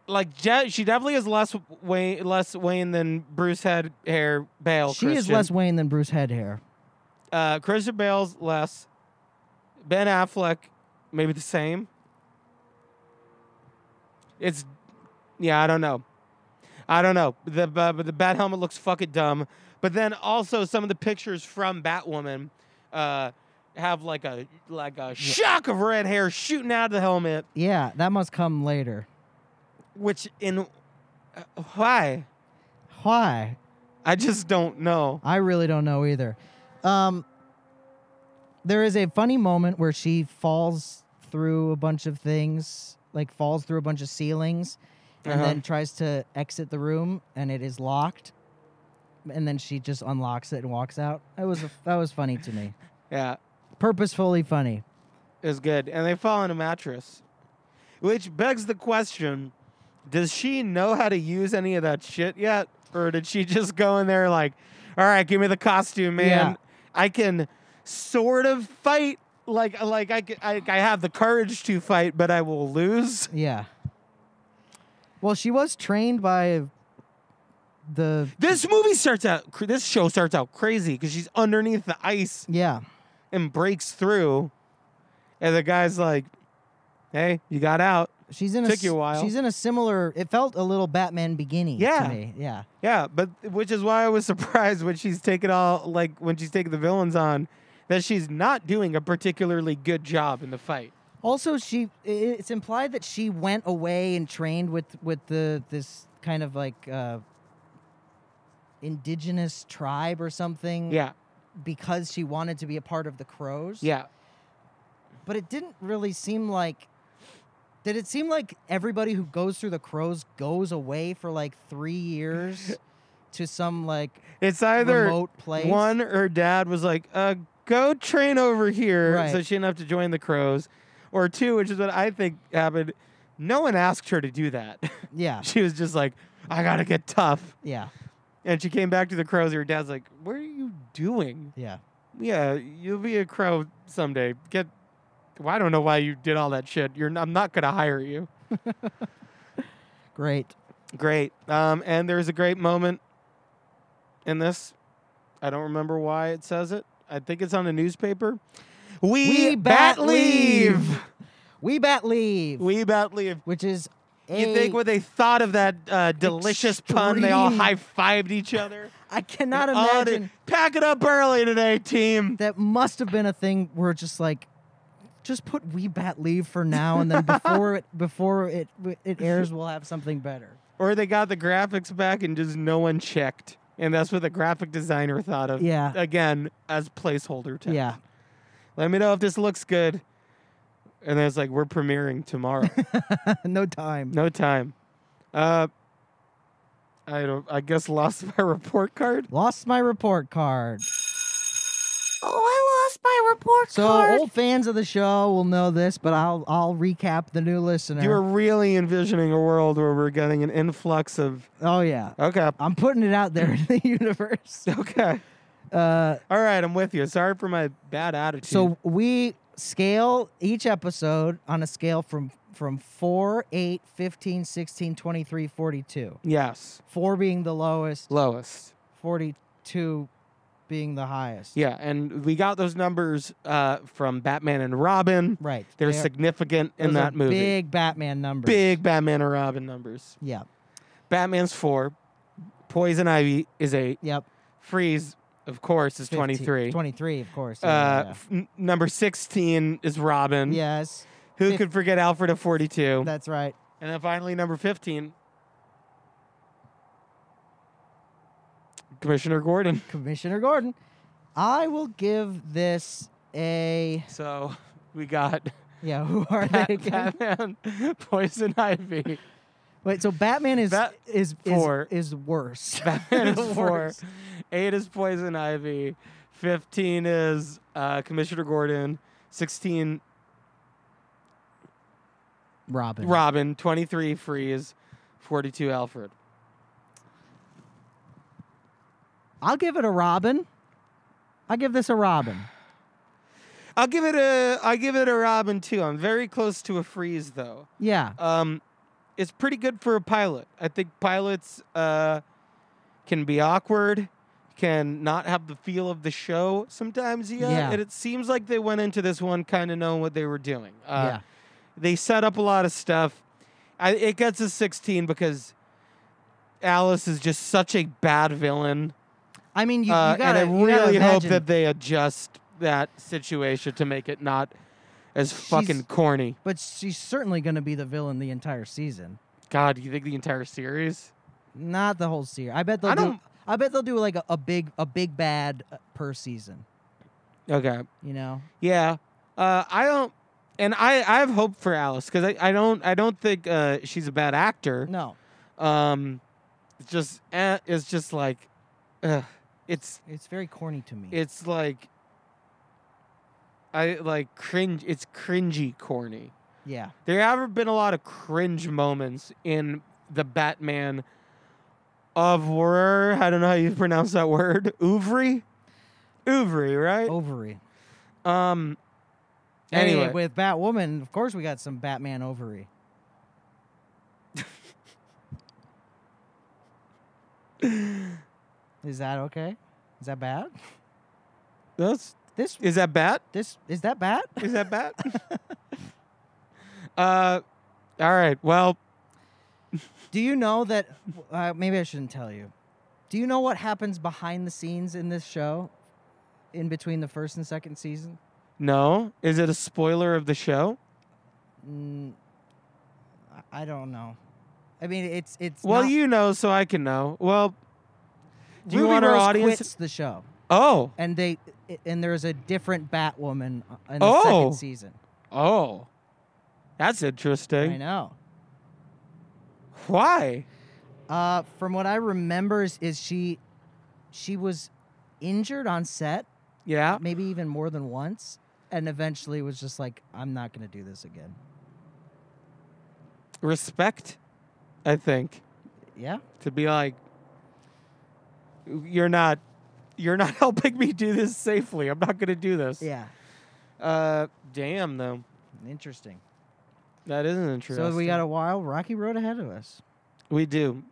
Speaker 1: like Je- she definitely has less Wayne, less Wayne than Bruce had hair Bale.
Speaker 2: she is
Speaker 1: Christian.
Speaker 2: less Wayne than Bruce head hair.
Speaker 1: Uh, Christian Bale's less. Ben Affleck, maybe the same. It's, yeah, I don't know. I don't know. The bu- but the bat helmet looks fucking dumb. But then also some of the pictures from Batwoman, uh, have like a like a shock of red hair shooting out of the helmet.
Speaker 2: Yeah, that must come later.
Speaker 1: Which in uh, why?
Speaker 2: Why?
Speaker 1: I just don't know.
Speaker 2: I really don't know either. Um, there is a funny moment where she falls through a bunch of things, like falls through a bunch of ceilings, and
Speaker 1: Uh-huh.
Speaker 2: then tries to exit the room, and it is locked. And then she just unlocks it and walks out. That was a, that was funny to me,
Speaker 1: Yeah,
Speaker 2: purposefully funny.
Speaker 1: it was good. And they fall on a mattress, which begs the question: Does she know how to use any of that shit yet, or did she just go in there like, "All right, give me the costume, man.
Speaker 2: Yeah.
Speaker 1: I can sort of fight." Like, like I, c- I, I have the courage to fight, but I will lose.
Speaker 2: Yeah. Well, she was trained by the
Speaker 1: This movie starts out, cr- this show starts out crazy because she's underneath the ice
Speaker 2: yeah
Speaker 1: and breaks through, and the guy's like, "Hey, you got out."
Speaker 2: she's in a,
Speaker 1: Took
Speaker 2: s-
Speaker 1: you a while.
Speaker 2: she's in a similar it felt a little Batman beginning
Speaker 1: Yeah.
Speaker 2: to me yeah
Speaker 1: Yeah, but which is why I was surprised when she's taking all like when she's taking the villains on that she's not doing a particularly good job in the fight.
Speaker 2: Also, she i- it's implied that she went away and trained with with the this kind of like uh, indigenous tribe or something.
Speaker 1: Yeah,
Speaker 2: Because she wanted to be a part of the crows.
Speaker 1: yeah.
Speaker 2: But it didn't really seem like. Did it seem like everybody who goes through the crows goes away for like three years to some like
Speaker 1: It's either
Speaker 2: remote place?
Speaker 1: one or dad was like, uh, "Go train over here," so
Speaker 2: Right.
Speaker 1: she didn't have to join the crows, or two, which is what I think happened. No one asked her to do that.
Speaker 2: Yeah.
Speaker 1: she was just like, "I gotta get tough."
Speaker 2: Yeah.
Speaker 1: And she came back to the crows. Her dad's like, "What are you doing?
Speaker 2: Yeah.
Speaker 1: Yeah, you'll be a crow someday. Get. Well, I don't know why you did all that shit. You're. n- I'm not gonna hire you.
Speaker 2: Great.
Speaker 1: Great. Um, and there's a great moment in this. I don't remember why it says it. I think it's on a newspaper. We, bat leave.
Speaker 2: We bat leave.
Speaker 1: We bat leave.
Speaker 2: which is a,
Speaker 1: You think what they thought of that uh, delicious pun? They all high
Speaker 2: Extreme.
Speaker 1: fived each other.
Speaker 2: I cannot
Speaker 1: All the-
Speaker 2: imagine
Speaker 1: pack it up early today, team.
Speaker 2: that must have been a thing where just like just put we bat leave for now and then before it before it it airs we'll have something better.
Speaker 1: Or they got the graphics back and just no one checked. And that's what the graphic designer thought of.
Speaker 2: Yeah.
Speaker 1: Again, as placeholder text.
Speaker 2: Yeah.
Speaker 1: Let me know if this looks good. And then it's like, we're premiering tomorrow.
Speaker 2: no time.
Speaker 1: no time. Uh, I don't. I guess lost my report card.
Speaker 2: Lost my report card.
Speaker 6: Oh, I lost my report
Speaker 2: So
Speaker 6: card.
Speaker 2: old fans of the show will know this, but I'll I'll recap the new listener.
Speaker 1: You were really envisioning a world where we're getting an influx of.
Speaker 2: oh yeah.
Speaker 1: Okay.
Speaker 2: I'm putting it out there in the universe.
Speaker 1: Okay.
Speaker 2: Uh,
Speaker 1: All right. I'm with you. Sorry for my bad attitude.
Speaker 2: so we scale each episode on a scale from from 4, 8, 15, 16, 23, 42.
Speaker 1: yes,
Speaker 2: 4 being the lowest,
Speaker 1: lowest.
Speaker 2: 42 being the highest.
Speaker 1: Yeah, and we got those numbers uh, from Batman and Robin.
Speaker 2: Right.
Speaker 1: They're
Speaker 2: They are-
Speaker 1: significant in
Speaker 2: those are
Speaker 1: that movie.
Speaker 2: Big Batman numbers.
Speaker 1: Big Batman and Robin numbers.
Speaker 2: Yeah.
Speaker 1: Batman's four. Poison Ivy is eight.
Speaker 2: Yep.
Speaker 1: Freeze, of course, is
Speaker 2: 15
Speaker 1: 23.
Speaker 2: 23, of course.
Speaker 1: Uh,
Speaker 2: yeah, yeah,
Speaker 1: f- n- number 16 is Robin.
Speaker 2: yeah. Yes.
Speaker 1: Who
Speaker 2: fif-
Speaker 1: could forget Alfred at 42?
Speaker 2: That's right.
Speaker 1: and then finally, number 15, Commissioner Gordon.
Speaker 2: Commissioner Gordon. I will give this a
Speaker 1: So we got
Speaker 2: yeah. Who are
Speaker 1: Bat-
Speaker 2: they again?
Speaker 1: Batman, Poison Ivy.
Speaker 2: Wait, so Batman is
Speaker 1: Bat-
Speaker 2: is, is
Speaker 1: four.
Speaker 2: is worse.
Speaker 1: Batman is
Speaker 2: The
Speaker 1: four.
Speaker 2: worst.
Speaker 1: Eight is Poison Ivy. Fifteen is uh, Commissioner Gordon. Sixteen,
Speaker 2: Robin.
Speaker 1: Robin. Twenty-three, Freeze. Forty-two, Alfred.
Speaker 2: I'll give it a Robin. I'll give this a Robin.
Speaker 1: I'll give it a. I give it a Robin too. I'm very close to a Freeze though.
Speaker 2: Yeah.
Speaker 1: Um, it's pretty good for a pilot. I think pilots uh, can be awkward, can not have the feel of the show sometimes. Yeah,
Speaker 2: Yeah.
Speaker 1: and it seems like they went into this one kind of knowing what they were doing. Uh,
Speaker 2: yeah.
Speaker 1: They set up a lot of stuff. I, it gets a 16 because Alice is just such a bad villain.
Speaker 2: I mean, you, you
Speaker 1: Uh,
Speaker 2: gotta
Speaker 1: and I
Speaker 2: you gotta
Speaker 1: really hope
Speaker 2: imagine-
Speaker 1: that they adjust that situation to make it not as fucking
Speaker 2: She's-
Speaker 1: corny.
Speaker 2: But she's certainly going to be the villain the entire season.
Speaker 1: God, do you think the entire series?
Speaker 2: Not the whole series. I bet they'll
Speaker 1: I
Speaker 2: do.
Speaker 1: don't-
Speaker 2: I bet they'll do like a, a big a big bad uh, per season.
Speaker 1: Okay.
Speaker 2: You know.
Speaker 1: Yeah. Uh, I don't, and I, I have hope for Alice because I, I don't, I don't think uh, she's a bad actor.
Speaker 2: No,
Speaker 1: Um, it's just, eh, it's just like, uh, it's,
Speaker 2: it's very corny to me.
Speaker 1: it's like, I like cringe. It's cringy, corny.
Speaker 2: yeah.
Speaker 1: There haven't been a lot of cringe moments in the Batman of were I don't know how you pronounce that word. Ouvry, Ouvry, right?
Speaker 2: Ovary. Oh.
Speaker 1: Um.
Speaker 2: Hey,
Speaker 1: Anyway,
Speaker 2: with Batwoman, of course we got some Batman ovary. is that okay? Is that bad?
Speaker 1: that's
Speaker 2: This
Speaker 1: Is that bat?
Speaker 2: this is that bad?
Speaker 1: Is that bat? uh, all right. Well,
Speaker 2: Do you know that? Uh, maybe I shouldn't tell you. Do you know what happens behind the scenes in this show, in between the first and second season?
Speaker 1: no. Is it a spoiler of the show?
Speaker 2: Mm, I- I don't know. I mean, it's it's.
Speaker 1: well,
Speaker 2: not-
Speaker 1: you know, so I can know. Well, do you
Speaker 2: Ruby
Speaker 1: want our
Speaker 2: Rose
Speaker 1: audience?
Speaker 2: quits the show,
Speaker 1: Oh,
Speaker 2: and they i- and there's a different Batwoman uh, in the
Speaker 1: Oh.
Speaker 2: second season.
Speaker 1: oh, that's
Speaker 2: I
Speaker 1: interesting.
Speaker 2: know.
Speaker 1: Why?
Speaker 2: Uh, from what I remember, is, is she she was injured on set,
Speaker 1: Yeah.
Speaker 2: maybe even more than once, and eventually was just like, "I'm not going to do this again."
Speaker 1: Respect. I think
Speaker 2: Yeah.
Speaker 1: to be like, you're not you're not helping me do this safely. I'm not going to do this.
Speaker 2: Yeah.
Speaker 1: Uh, damn though.
Speaker 2: Interesting.
Speaker 1: That isn't interesting.
Speaker 2: So we got a wild rocky road ahead of us.
Speaker 1: we do.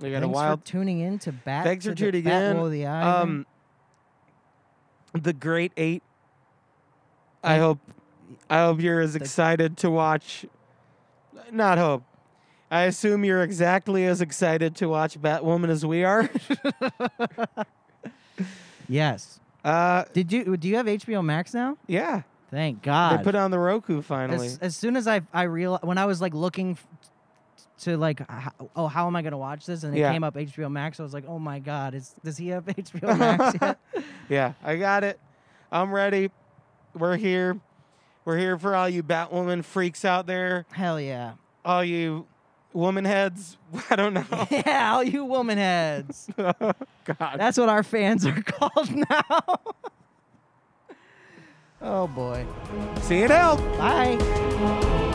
Speaker 1: We got
Speaker 2: Thanks
Speaker 1: a wild
Speaker 2: for tuning in to Bat.
Speaker 1: Thanks
Speaker 2: to
Speaker 1: for
Speaker 2: the
Speaker 1: tuning
Speaker 2: Bat
Speaker 1: in.
Speaker 2: Below the Eye.
Speaker 1: um the great eight i
Speaker 2: Thank-
Speaker 1: hope i hope you're as excited to watch not hope i assume you're exactly as excited to watch batwoman as we are
Speaker 2: yes.
Speaker 1: uh
Speaker 2: Did you do you have HBO Max now?
Speaker 1: yeah
Speaker 2: Thank God. uh,
Speaker 1: they put on the roku finally
Speaker 2: as, as soon as I I real when I was like looking f- to like h- oh how am I gonna watch this and it
Speaker 1: Yeah.
Speaker 2: came up HBO Max I was like oh my God is does he have HBO Max yet?
Speaker 1: yeah i got it i'm ready we're here we're here for all you batwoman freaks out there
Speaker 2: Hell yeah
Speaker 1: all you woman heads i don't know
Speaker 2: yeah all you woman heads
Speaker 1: god
Speaker 2: that's what our fans are called now. oh boy
Speaker 1: see you now
Speaker 2: bye.